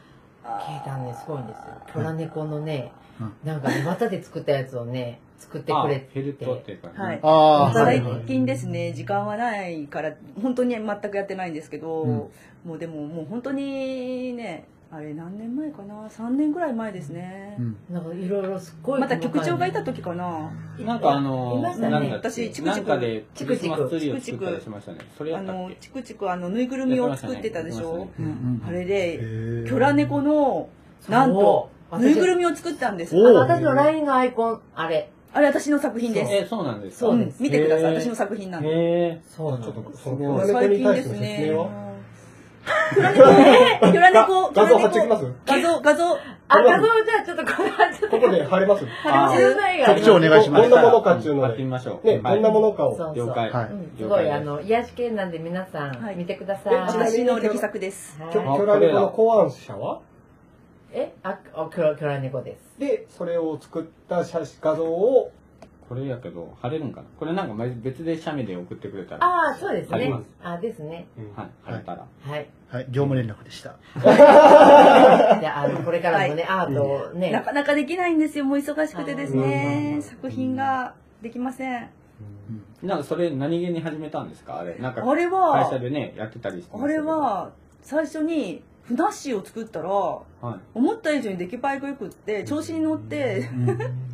ーケイタンね、すごいんですよ。トラ猫のねうん、なんかね、綿で作ったやつをね、作ってあくれフェルて。トっていうかねはいあまああー、はい最はい。近ですね時間はないから本当に全くやってないんですけど、うんもうでももう本当にねあれ何年前かな3年ぐらい前ですね、うん。なんかいろいろすっごい。また局長がいた。時かななんかあのいましたねなんだっけ私チクチクなんかでクリスマスツリーを作ったりしましたねそれやあったっのけチクチクあのぬいぐるみを作ってたでしやってまょし、うんうんあれへでーキョラ猫のなんとぬいぐるみを作ったんですおあう私の LINE のアイコン、あれ。あれ私の作品ですえそうなんですかそううんで、す見てくださいへー私の作品なんでへえちそょうっなのと、そすごの、いキョラ猫最に近対ですすの説ね明はキョラ猫ね キョラ猫画像貼ってきます画像画像あ、画像じゃあちょっとこれはちょっと。ここで貼れます貼れますよないが局長お願いしまどすん。なものかっていうのやってみで、ましょうね、どんなものかそを。うそう了解はいうんす了ご解い、ですあの、癒し系なんで皆さはいん見てください。あー私の力作ですキはいョキョラ猫の考案者はえ、あ、おキョラキョラ猫です。で、それを作った写真画像を、これやけど貼れるんかなこれなんか別で写メで送ってくれたらはああ、そうですありねます。あですね。うんい貼れたらはい。はい、業務連絡でした。じゃあ、あの、これからもね、アートをね、なかなかできないんですよもう忙しくてですね作品ができませんなんかそれ何気に始めたんですかあれなんかあれ会社はでねやってたりしてましたあけれどは最初にふなっしーを作ったら思はった以上に出来栄えがよくって調子に乗ってい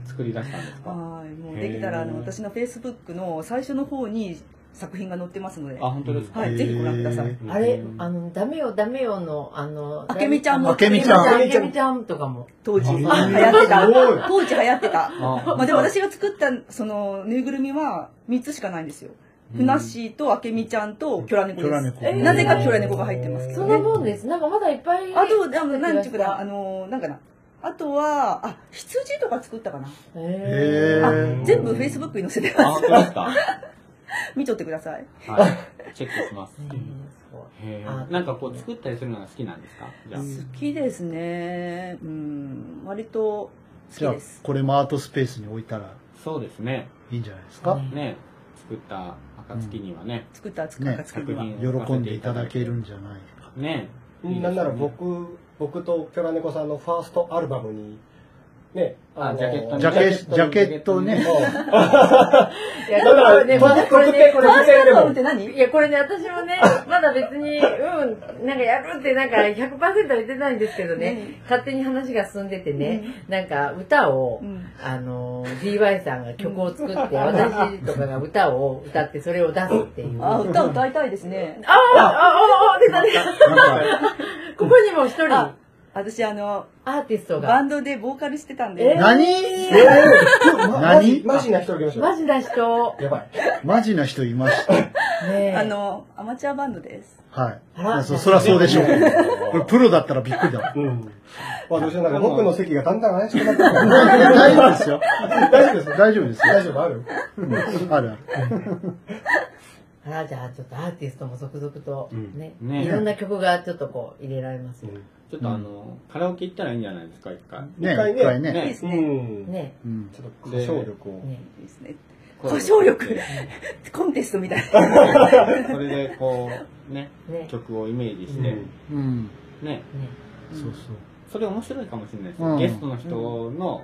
作り出したんですかはいもうできたらあへーの私のフェイスブックの最初の方に作品が載ってますのであ本当ですかはいぜひご覧くださいあれ、あの、ダメよ、ダメよの、あの、あけみちゃんもあけみちゃんあけみちゃんとかも。当時あ流行ってたすごい当時流行ってたあまあでも私が作ったそのぬいぐるみは3つしかないんですようんふなっしーとあけみちゃんとキョラ猫キョラです猫えーなぜかキョラ猫が入ってますけそどんなねもんです。なんかまだいっぱい。あと、あの、何ていうかな、あの、なんかな。あとは、あ、羊とか作ったかな。へへーー。うん全部 Facebook に載せてあま本す当。ですか見とってください。はいチェックしますうんすごいへえあなんかこう作ったりするのが好きなんですかじゃあ好きですね。うん、割とじ好ゃあきです。、これもアートスペースに置いたらそうですねいいんじゃないですか。ね作った暁にはね作った、作った、ね作った。作喜んでいただけるんじゃないか。ねいいですねなんなら僕、僕とキョラ猫さんのファーストアルバムに、ね、あのジャケットにジャケジャケットねそういや、だかこれら、ね、とまだこれ特典ね、ここれれ特典でアルバムっもて何いや、これね、私もね、まだ別に、うん、なんかやるって、なんか100%は言ってないんですけどね、勝手に話が進んでてね、なんか歌をう、ん。あの、DY さんが曲を作って、私とかが歌を歌って、それを出すっていう。ああ、歌を歌いたいですね。あ、ああ、あ、出たね。なんかここにも一人あ、私あの、アーティストバが。ンドでボーカルしてたんえで、何マジ何マジな人がいましマた。ジな人。やばい。マジな人いました。ねえあ、の、アマチュアバンドです。はい。あまあらそそらそうでしょう。これプロだったらびっくりだ わ。うん。まあ、どうしようなんか僕の席がだんだん怪しくなってきた。大丈夫ですよ。大丈夫です。大丈夫ですよ。大丈夫あるうんあるある。あら、じゃあ、ちょっとアーティストも続々と、ね、うんねいろんな曲がちょっとこう、入れられますよ。ちょっとあのカラオケ行ったらいいんじゃないですか一回ね、一回ね一回ね。いいでねすうね。ん。ねうんちょっと歌唱力を。ねいいですね。こう歌唱力。コンテストみたいな。それでこうねね曲をイメージしうてんうん。ねねそうそれ面白いかもしれないですうねんゲストの人の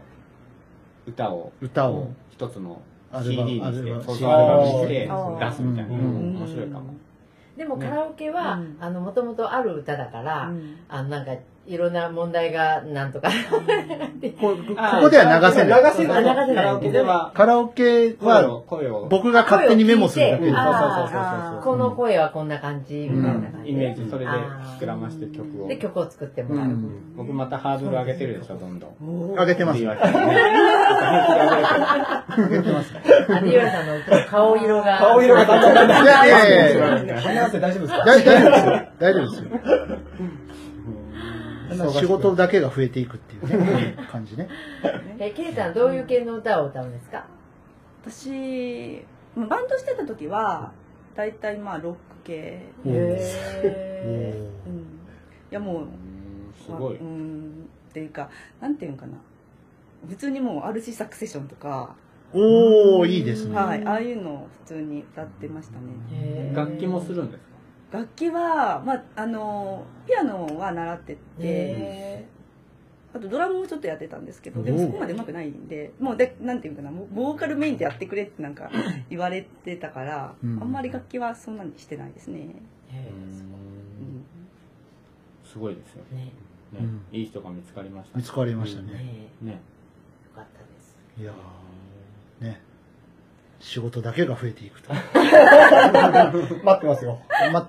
歌をそう。歌を。一つのアルバ CD にしアルバてソロ CD アルバムにしてあー出すみたいなうんうん面白いかもでもカラオケはうんあのもともとある歌だから、うんあのなんかいろんな問題がなんとか。こここでは流せない。流せない。流せないカラオケでは、カラオケ声はを、声を。僕が勝手にメモするだけうんでそうす。そうあーそうそうそうこの声はこんな感じ、みたいな感じイで。メージ、それで膨らまして曲を。で、曲を作ってもらう。ううんん僕またハードル上げてるでしょ、どんどん。上げてます。 DY 上さんねげてます。いあ、ディオさんの顔色が。顔色がだんだんだんだん。やいやいやいや鼻汗大丈夫ですか大大丈夫ですよ。大丈夫ですよ。だんだん仕事だけが増えていくっていうね、感じね。え、ケイさん、どういう系の歌を歌うんですか私バンドしてた時は大体まあロック系、うんへうん、いやうもうんすまあ。ごいうんっていうかなんていうんかな普通にもう RC サクセションとか、おー、いいですね。はい、ああいうのを普通に歌ってましたねー楽器もするんですか楽器は、まあ、あのピアノは習っててへあとドラムもちょっとやってたんですけどでおもうそこまでうまくないんでもうでなんていうかなもうボーカルメインでやってくれってなんか言われてたから、うんあんまり楽器はそんなにしてないですね、うんすごいですよ。ーねねうんいい人が見つかりました。見つかりましたね。ねね。よかったです。いやーね。仕事だけが増えていくと。待ってますよ。ま、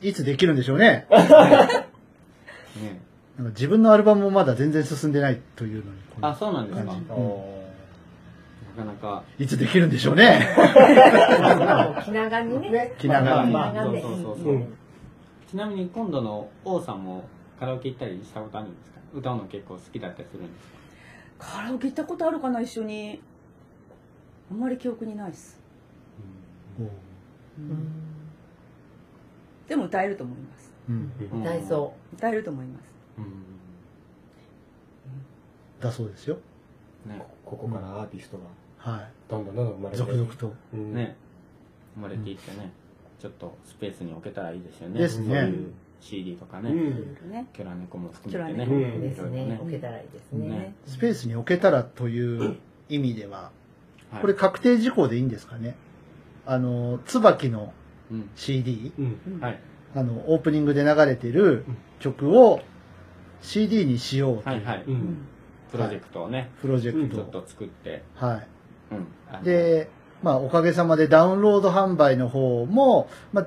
いつできるんでしょうね。ねなんか自分のアルバムもまだ全然進んでないというのに、こあ、のそうなんですか。うなんかなか。いつできるんでしょうね。気長にね。ね。気長にまあまあ気長そうでそうそううそう。ん。ちなみに今度の王さんもカラオケ行ったりしたことあるんですか歌うの結構好きだったりするんですかカラオケ行ったことあるかな一緒にあんまり記憶にないっすでも歌えると思いますうん。うんダイソ歌えると思いますうんだそうですよ。ねここからアーティストがはどんどんどんどん生まい。れて続々と。うんね生まれていってね、ちょっとスペースに置けたらいいですよねですねそういう CD とかね、うんねキョラ猫も含めてねキョラ猫ーうんですいろいろね。受けたらいいですねね。スペースに置けたらという意味では、はいこれ確定事項でいいんですかね。あの、椿のうん、 CD、うん。はい、あの、オープニングで流れてるうん曲を CD にしようとはいいうはいうん。プロジェクトをね、プロジェクちょっトを。と作って、はい。うんあので、まあ、おかげさまでダウンロード販売の方も、まあ、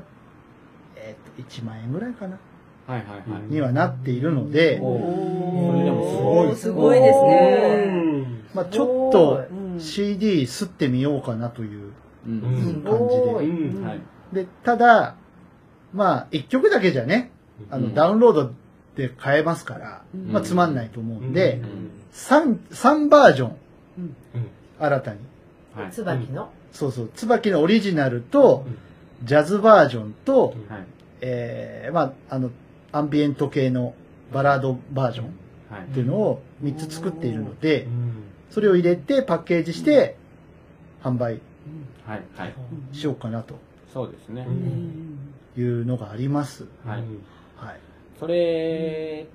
えっ、と、1万円ぐらいかな、はいはいはい、うんにはなっているので、おおそれでもすごいですねうんまあ、ちょっとうん CD 吸ってみようかなといううんうん感じおでー。うんはい、で、ただ、まあ、1曲だけじゃね、あうの、んダウンロードで買えますから、うんまあ、つまんないと思うんで、うん3、3バージョン、うん新たに。はい椿の。そうそう、椿のオリジナルと、ジャズバージョンと、はいえー、まあ、あの、アンビエント系のバラードバージョンっはいていうのを3つ作っているのうで、んそれを入れてパッケージして、販売はいはいしようかなとそうですね、うんいうのがあります。はいうんはい。それ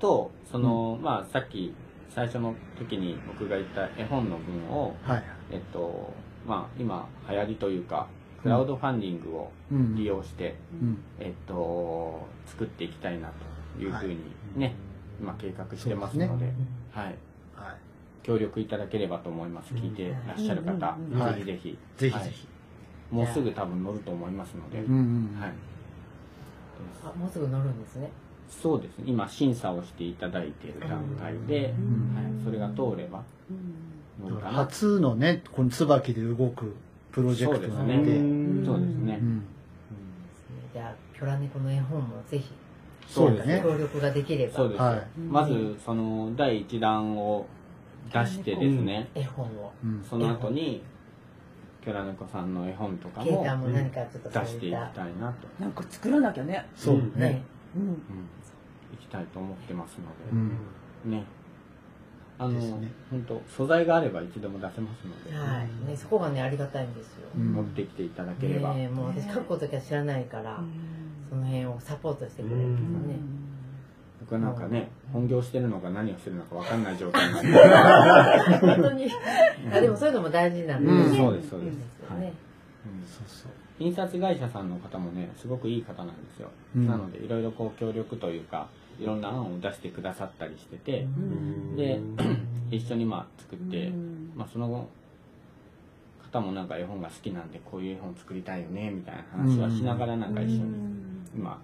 とその、まあさっき最初の時に僕が言った絵本の文をはい。えっとまあ今流行りというかクラウドファンディングをうん。利用して、うん。えっと作っていきたいなというふうにね、今計画してますのそうでですはいは協力いただければと思います聞いてらっしゃる方、うんうんうんぜひぜひ、い。ぜひぜひ。もうすぐ多分乗ると思いますので、うんうん。はいあ、もうすぐ乗るんですね。そうですね今審査をしていただいている段階で、うんはい、それが通れば乗るかな初のね、この椿で動くプロジェクトなのそうで、ですねうんそうですねう、ん。じゃあ、キョラネコの絵本もぜひ、そうだね。協力ができれそうば、ではす、まずその第1弾を出してですね、絵本を。うん。その後にキョラネコさんの絵本とかケイもさんも何かちょっと出していきた。たいなと、なんか作らなきゃねそうだねね。。うんうん、いきたいと思ってますうのん。で、ねあのですね本当素材があればいつでも出せますので、はい。ね、そこがね、ありがたいんですよ。うん持ってきていただければ、ねもう私書くことは知らないから、その辺をサポートしてくれるとかね。僕なんかね本業してるのか何をしてるのか分かんない状態なんで本当 に。あ、でもそういうのも大事なんですうんね。そうですそうですですよね。うんそうそう。印刷会社さんの方もねすごくいい方なんですよ、うんなのでいろいろこう協力というかいろんな案を出してくださったりしてて、うんで一緒にまあ作って、うんまあ、その方もなんか絵本が好きなんでこういう絵本作りたいよねみたいな話はしながらなんか一緒に今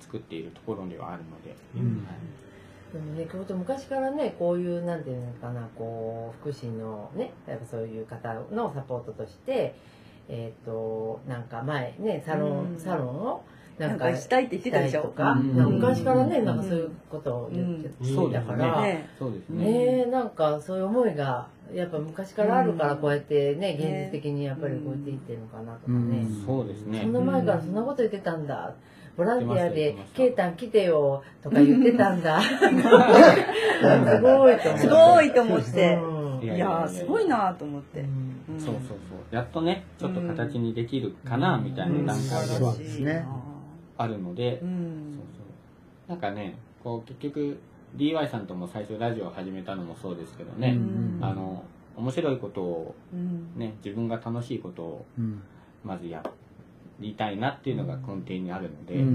作っているところではあるので、うんはいでもね、京都昔からね、こういう、なんていうのかな、こう、福祉のね、やっぱそういう方のサポートとして、えっ、と、なんか前、ね、サロン、うんサロンを、ななんんかか、したいって言ってたでしとょ。か、うんなんか昔からね、うんなんかそういうことを言ってうんきたから、ねねそうですえねなんかそういう思いが、やっぱ昔からあるから、うんこうやってね、現実的にやっぱりこうやっていってるのかなとかね。うんそうですねそんな前からそんなこと言ってたんだ。ボランティア言っでてまし、たケ言っイタン来てよとか言ってたんだ。すごいと思って。すごいと思って。うんいいやーすごいなと思って。んそうそうそうやっとねちょっと形にできるかなみたいうんな段階素で晴らはしいですねあるので、うそうんそうなんかねこう結局 DY さんとも最初ラジオを始めたのもそうですけどうね、んあの面白いことをうんね自分が楽しいことをうんまずやりたいなっていうのが根底にあるので、うん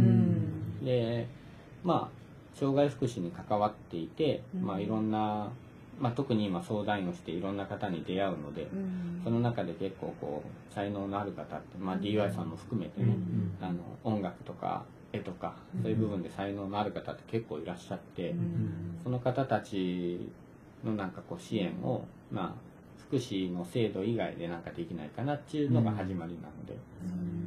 うんでまあ障害福祉に関わっていて、うんまあ、いろんな、まあ、特に今相談員をしていろんな方に出会うので、うんその中で結構こう才能のある方って、まあ、DY さんも含めてうね、んあの音楽とか絵とかそういう部分で才能のある方って結構いらっしゃって、うんその方たちのなんかこう支援を、まあ、福祉の制度以外でなんかできないかなっていうのが始まりなので、うん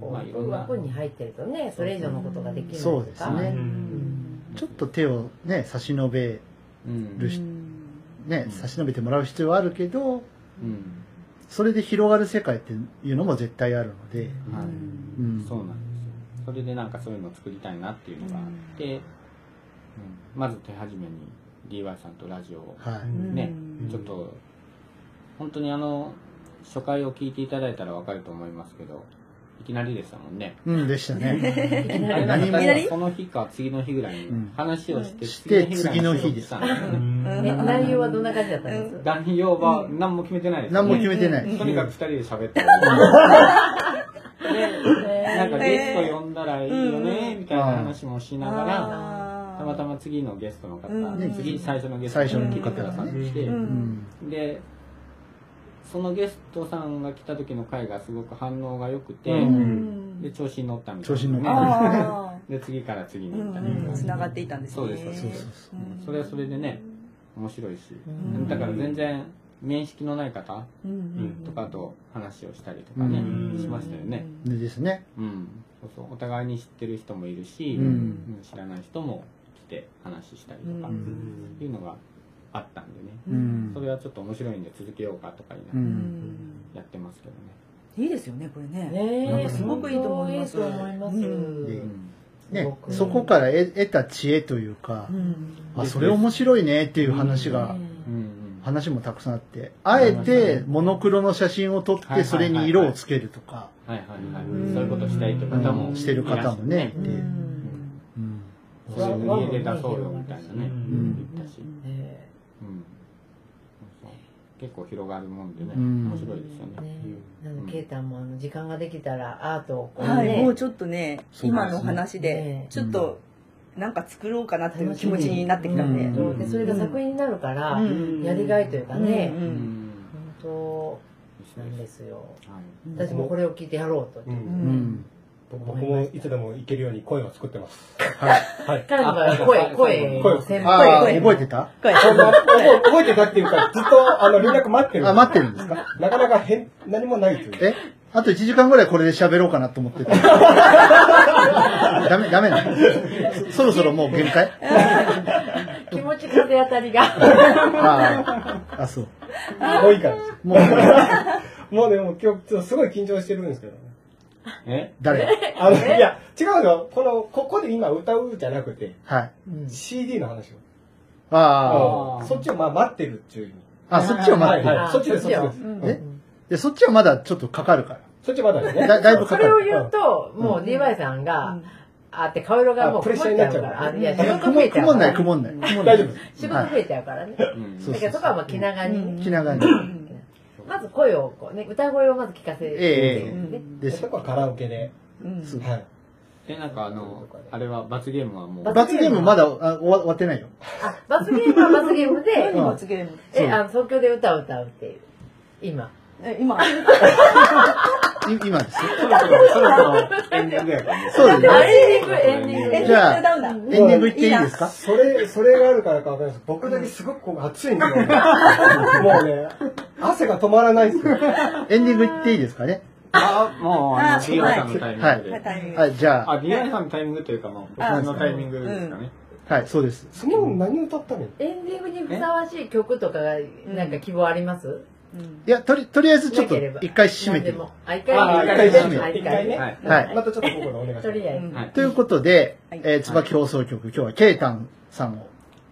こまあいろう、んな枠に入ってるとね、それ以上のことができないとか。そうですねうんちょっと手をね、差し伸べ、うんるしねう、ん差し伸べてもらう必要はあるけど、うんそれで広がる世界っていうのも絶対あるので、はいうんそうなんですよそれでなんかそういうのを作りたいなっていうのがあって、うんまず手始めに DY さんとラジオをはねうんちょっと本当にあの初回を聞いていただいたらわかると思いますけどいきなりでしたもんねい。うんでした ね。いきなり何もなんかいきなりその日か次の日ぐらいうんに話をして、してすねうんえ内容はどんな感じだったんです内容は何も決めてないです、ね、何も決めてない。とにかく二人で喋ってななんかゲスト呼んだらいいよね、みたいな話もしながら、あーたまたま次のゲストの方、うん次最初のゲスト最の初来のて方くださって、ううんんで、そのゲストさんが来た時の回がすごく反応が良くて、うんうんで、調子に乗ったみたいな、調子に乗ったあで、次から次にーうみたいんうな。ん繋がっていたんですねそうですそうですそうそうそうんそれはそれでね、面白いし、んだから全然面識のない方うんうんとかと話をしたりとかね、うんしましたよね。でですね。うん、そうそうお互いに知ってる人もいるし、うんうん知らない人も来て話したりとか、うんいうのがあったんでね、うんそれはちょっと面白いんで続けようかとか言いうながらんやってますけどね、いいですよねこれねねえすごくいいと思います。いいと思いますうんうんね、そこから得得た知恵というかう、んあ、それ面白いねっていう話が、うんうん話もたくさんあって、あえてモノクロの写真を撮っはいはいはいはて、いそれに色をつけるとか、はいはいはい、うんそういうことしたいという方もいらっゃうるんしてる方もねうんでうんうんそれを家で出そうよみたいなね、うん言ったし、うんねそうそう結構広がるもんでね、うん面白いですよね、なんかケイタンもあの時間ができたらアートをこうはい、ねもうちょっとねそうですね今の話ねでちょっとなんか作ろうかなっていう気持ちになってきたんで、うんでそれが作品になるから、うんやりがいというかね、うん本当うなんんでですすよはい私もこれを聞いてやろうと、うんうん僕僕もいつでも行けるように声は作ってます。はい。彼女が声声の先あ輩あ、声覚えてたこれそんな覚覚えてたっていうか、ずっとあの連絡待ってる。あ、待ってるんですかなかなか変、何もないという。えあと1時間ぐらいこれで喋ろうかなと思ってた。ダメ、ダメなのそそろそろもう限界気持ち風当たりがああ、あ、そう。もういいからです。もう、もうね、もう今日、ちょっとすごい緊張してるんですけど。え誰あの、いや、違うよ。この、ここで今歌うじゃなくて、はい。 CD の話を。あーそっちをまあ待ってるっていう意味。あ。あ、そっちを待ってはいる。はい。そっちです、そっちです。うんえで、そっちはまだちょっとかかるから。そっちまだね。だだいぶそかかれをる。言うと、もう DY さんが、あって顔色がもうあプレッ曇シっャーにちなゃうかっちゃうからら、あいや仕く事も増えちゃう曇んかない、ら、曇んない。曇んな大丈夫い。です。仕事増えちゃうからね。うんそうだからそこはまあ気長に、気長に。まず声をこうね、歌声をまず聞かせて、ええねでそこはカラオケで。うんそうはい。え、なんかあの、あれは罰ゲームはもう、罰ゲームまだあ終わ終わってないよ。あ、罰ゲームは罰ゲームで、何罰ゲームそうえ、あの、即興で歌を歌うっていう。今。え今い今ですよ。そろそろ、そろそろエンディングやからね。そうですねあエンディング、エンディング。えじゃあダウンだエンディング行っていいですかそれ、それがあるからかわかんないですけど、僕だけすごくこう暑いんで、もうね、汗が止まらないんですよ。エンディング行っていいですかねあ、もう、あの、杉浦さんのタイミングはでい。タイミングはい、じゃあ、あ、リアルさんのタイミングというか、もう、僕のタイミングですかね。はい、そうです。その何歌ったのよ。エンディングにふさわしい曲とかが、なんか希望あります、うんいや、とり、とりあえずちょっとなければ一回締めて何でみもよあ、一あ回、一回締めて一回ね。はい。う。はい。またちょっとここでお願いします。とりあえず。はい。ということで、はいえー、椿放送局、今日はケイタンさんを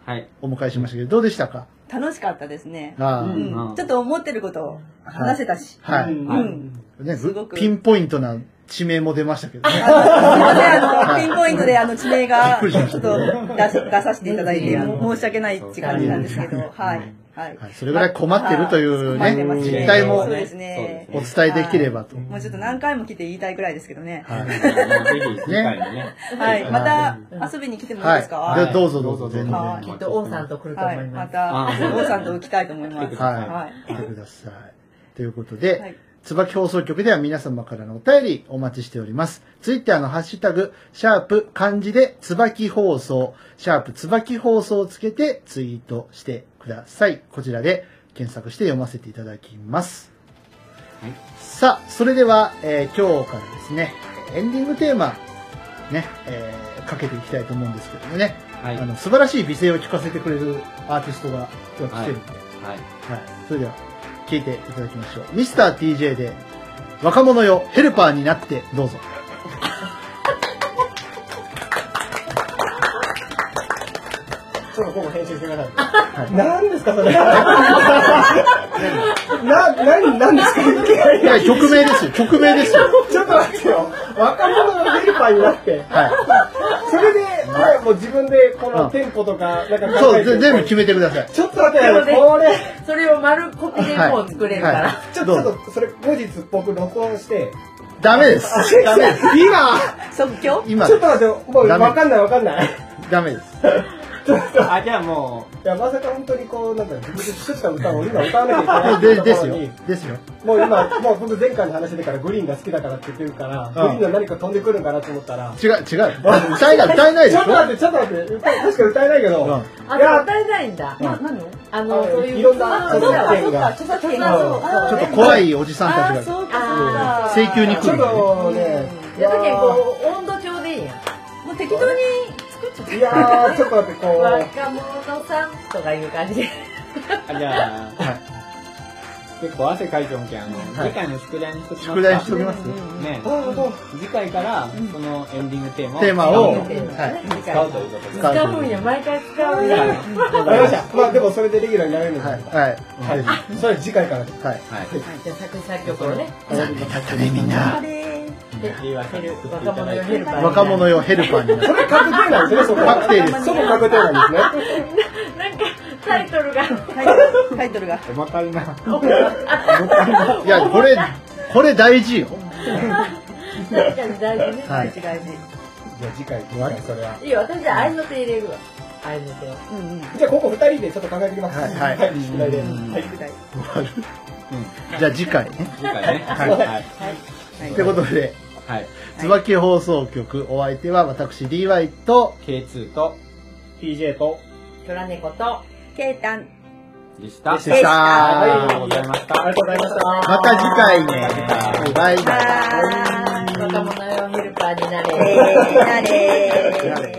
はい。お迎えしましたけど、どうでしたか楽しかったですね、あうーうんん、ちょっと思ってることを話せたし、はうんい。はいうんね、すごくピンポイントな地名も出ましたけどね。すいません あのピンポイントであの地名がびっくりしまちしょたっと出し出させていただいてあの申し訳ないって感じなんですけど、はいはい、はい、それぐらい困ってるという困ってまね、すね実態もおそうで伝すねそうですねえできればと。はいもうちょっと何回も来て言いたいくらいですけどね。はい。ぜひ、次回もね。はい、また遊びに来てもいいですか。はいはでどうぞどうぞ全然はいきっと王さんと来ると思いい、まます。たあー王さんと来たいと思います。はいはい、来てください。ということで、はい椿放送局では皆様からのお便りお待ちしております。ツイッターのハッシュタグ、シャープ漢字で椿放送、シャープ椿放送をつけてツイートしてください。こちらで検索して読ませていただきます。はいさあ、それでは、えー今日からですね、エンディングテーマ、ね、えーかけていきたいと思うんですけどもね、はい。あはい。の素晴らしい美声を聞かせてくれるアーティストが今日は来てるんで、はい、それでは聞いていただきましょう。ミスター TJ で若者よヘルパーになってどうぞ。ちょっとここ編集してください。はい何ですかそれ。な、何、何ですかいやいいやや曲名ですよ。曲名ですよ。ちょっと待ってよ。若者がヘルパーになって。はそれで、はい、もう自分でこのテンポとか、なんかい。そう、ぜ全部ち決めてください。ょっと待ってよ、これ。それを丸コピでもう作れるから。はいちょっと、どうちょぞっと、それ後日僕録音して。ダメです。ダメです。即興。今ちょ、っと待ってよ、もうダメわかんないわかんない。 ダメです。あ、じゃあもいや、まさか本当にこう、なんか、自分で作った歌を今歌わなきゃいけないっていで、うところに。ですよ。ですよ。もう今、もう僕前回の話だからグリーンが好きだからって言ってるから、グリーンの何か飛んでくるんかなと思ったら、違う、違う。歌えない、歌えないでちしょっとょ待って、ちょっと待って、歌確か歌えないけど、うんあ、いや、歌えないんだ。な、何を。あの、そういう。いろんなそうだそ著作権がうだ著作権うがん。ちょっと怖いおじさんあたー、ちが。そうか。請求に来ちょっるとね、い著や作権こう、温度調でいいやん。もう適当に作っちゃった。いやー、ちょっと待って、こ う、若者さんとかいう感じう、で。あ、じゃあ、結構汗かいてもけん、あの、次回の宿題にしときますか。宿題にしときます。ねあ、ーもう、次回から、そのエンディングテーマを。テーマを、はい。使うということで。使うんや、毎回使うんや。わかりました。まあでもそれでレギュラーになれるんで、はい。ははい。ぜい、それ次回からで。ひはい。はい。じゃあ作詞作曲をね。残念だったね、みんな。言い訳を作っていた若者だいよてヘルパーに若者よヘルパーになそる。れ確定なんですね、そこ。確定ですそこ確定なんですね。なんか、タイトルが。タイトルタイトルが。重たいな。いや、これ、これ大事よ。確かに大事ね。はい大事大事。じゃあ次回、次回それは。いいよ、私じゃあ合いの手入れるわ。合いの手を。うんうん。じゃあここ二人でちょっと考えてきます。はいはい宿題で。はい。宿題。じゃあ次回ね。次回ね。はいい。はい。はいってことで、はい。椿放送局、お相手は私 DY と、 K2 と、 PJ と。キョラ猫と、ケイタン。でした。でしたありがとうございました。ありがとうございました。また次回ね。バイバイ。あ若者用ヘルパーになー、えれ。ー、なれー。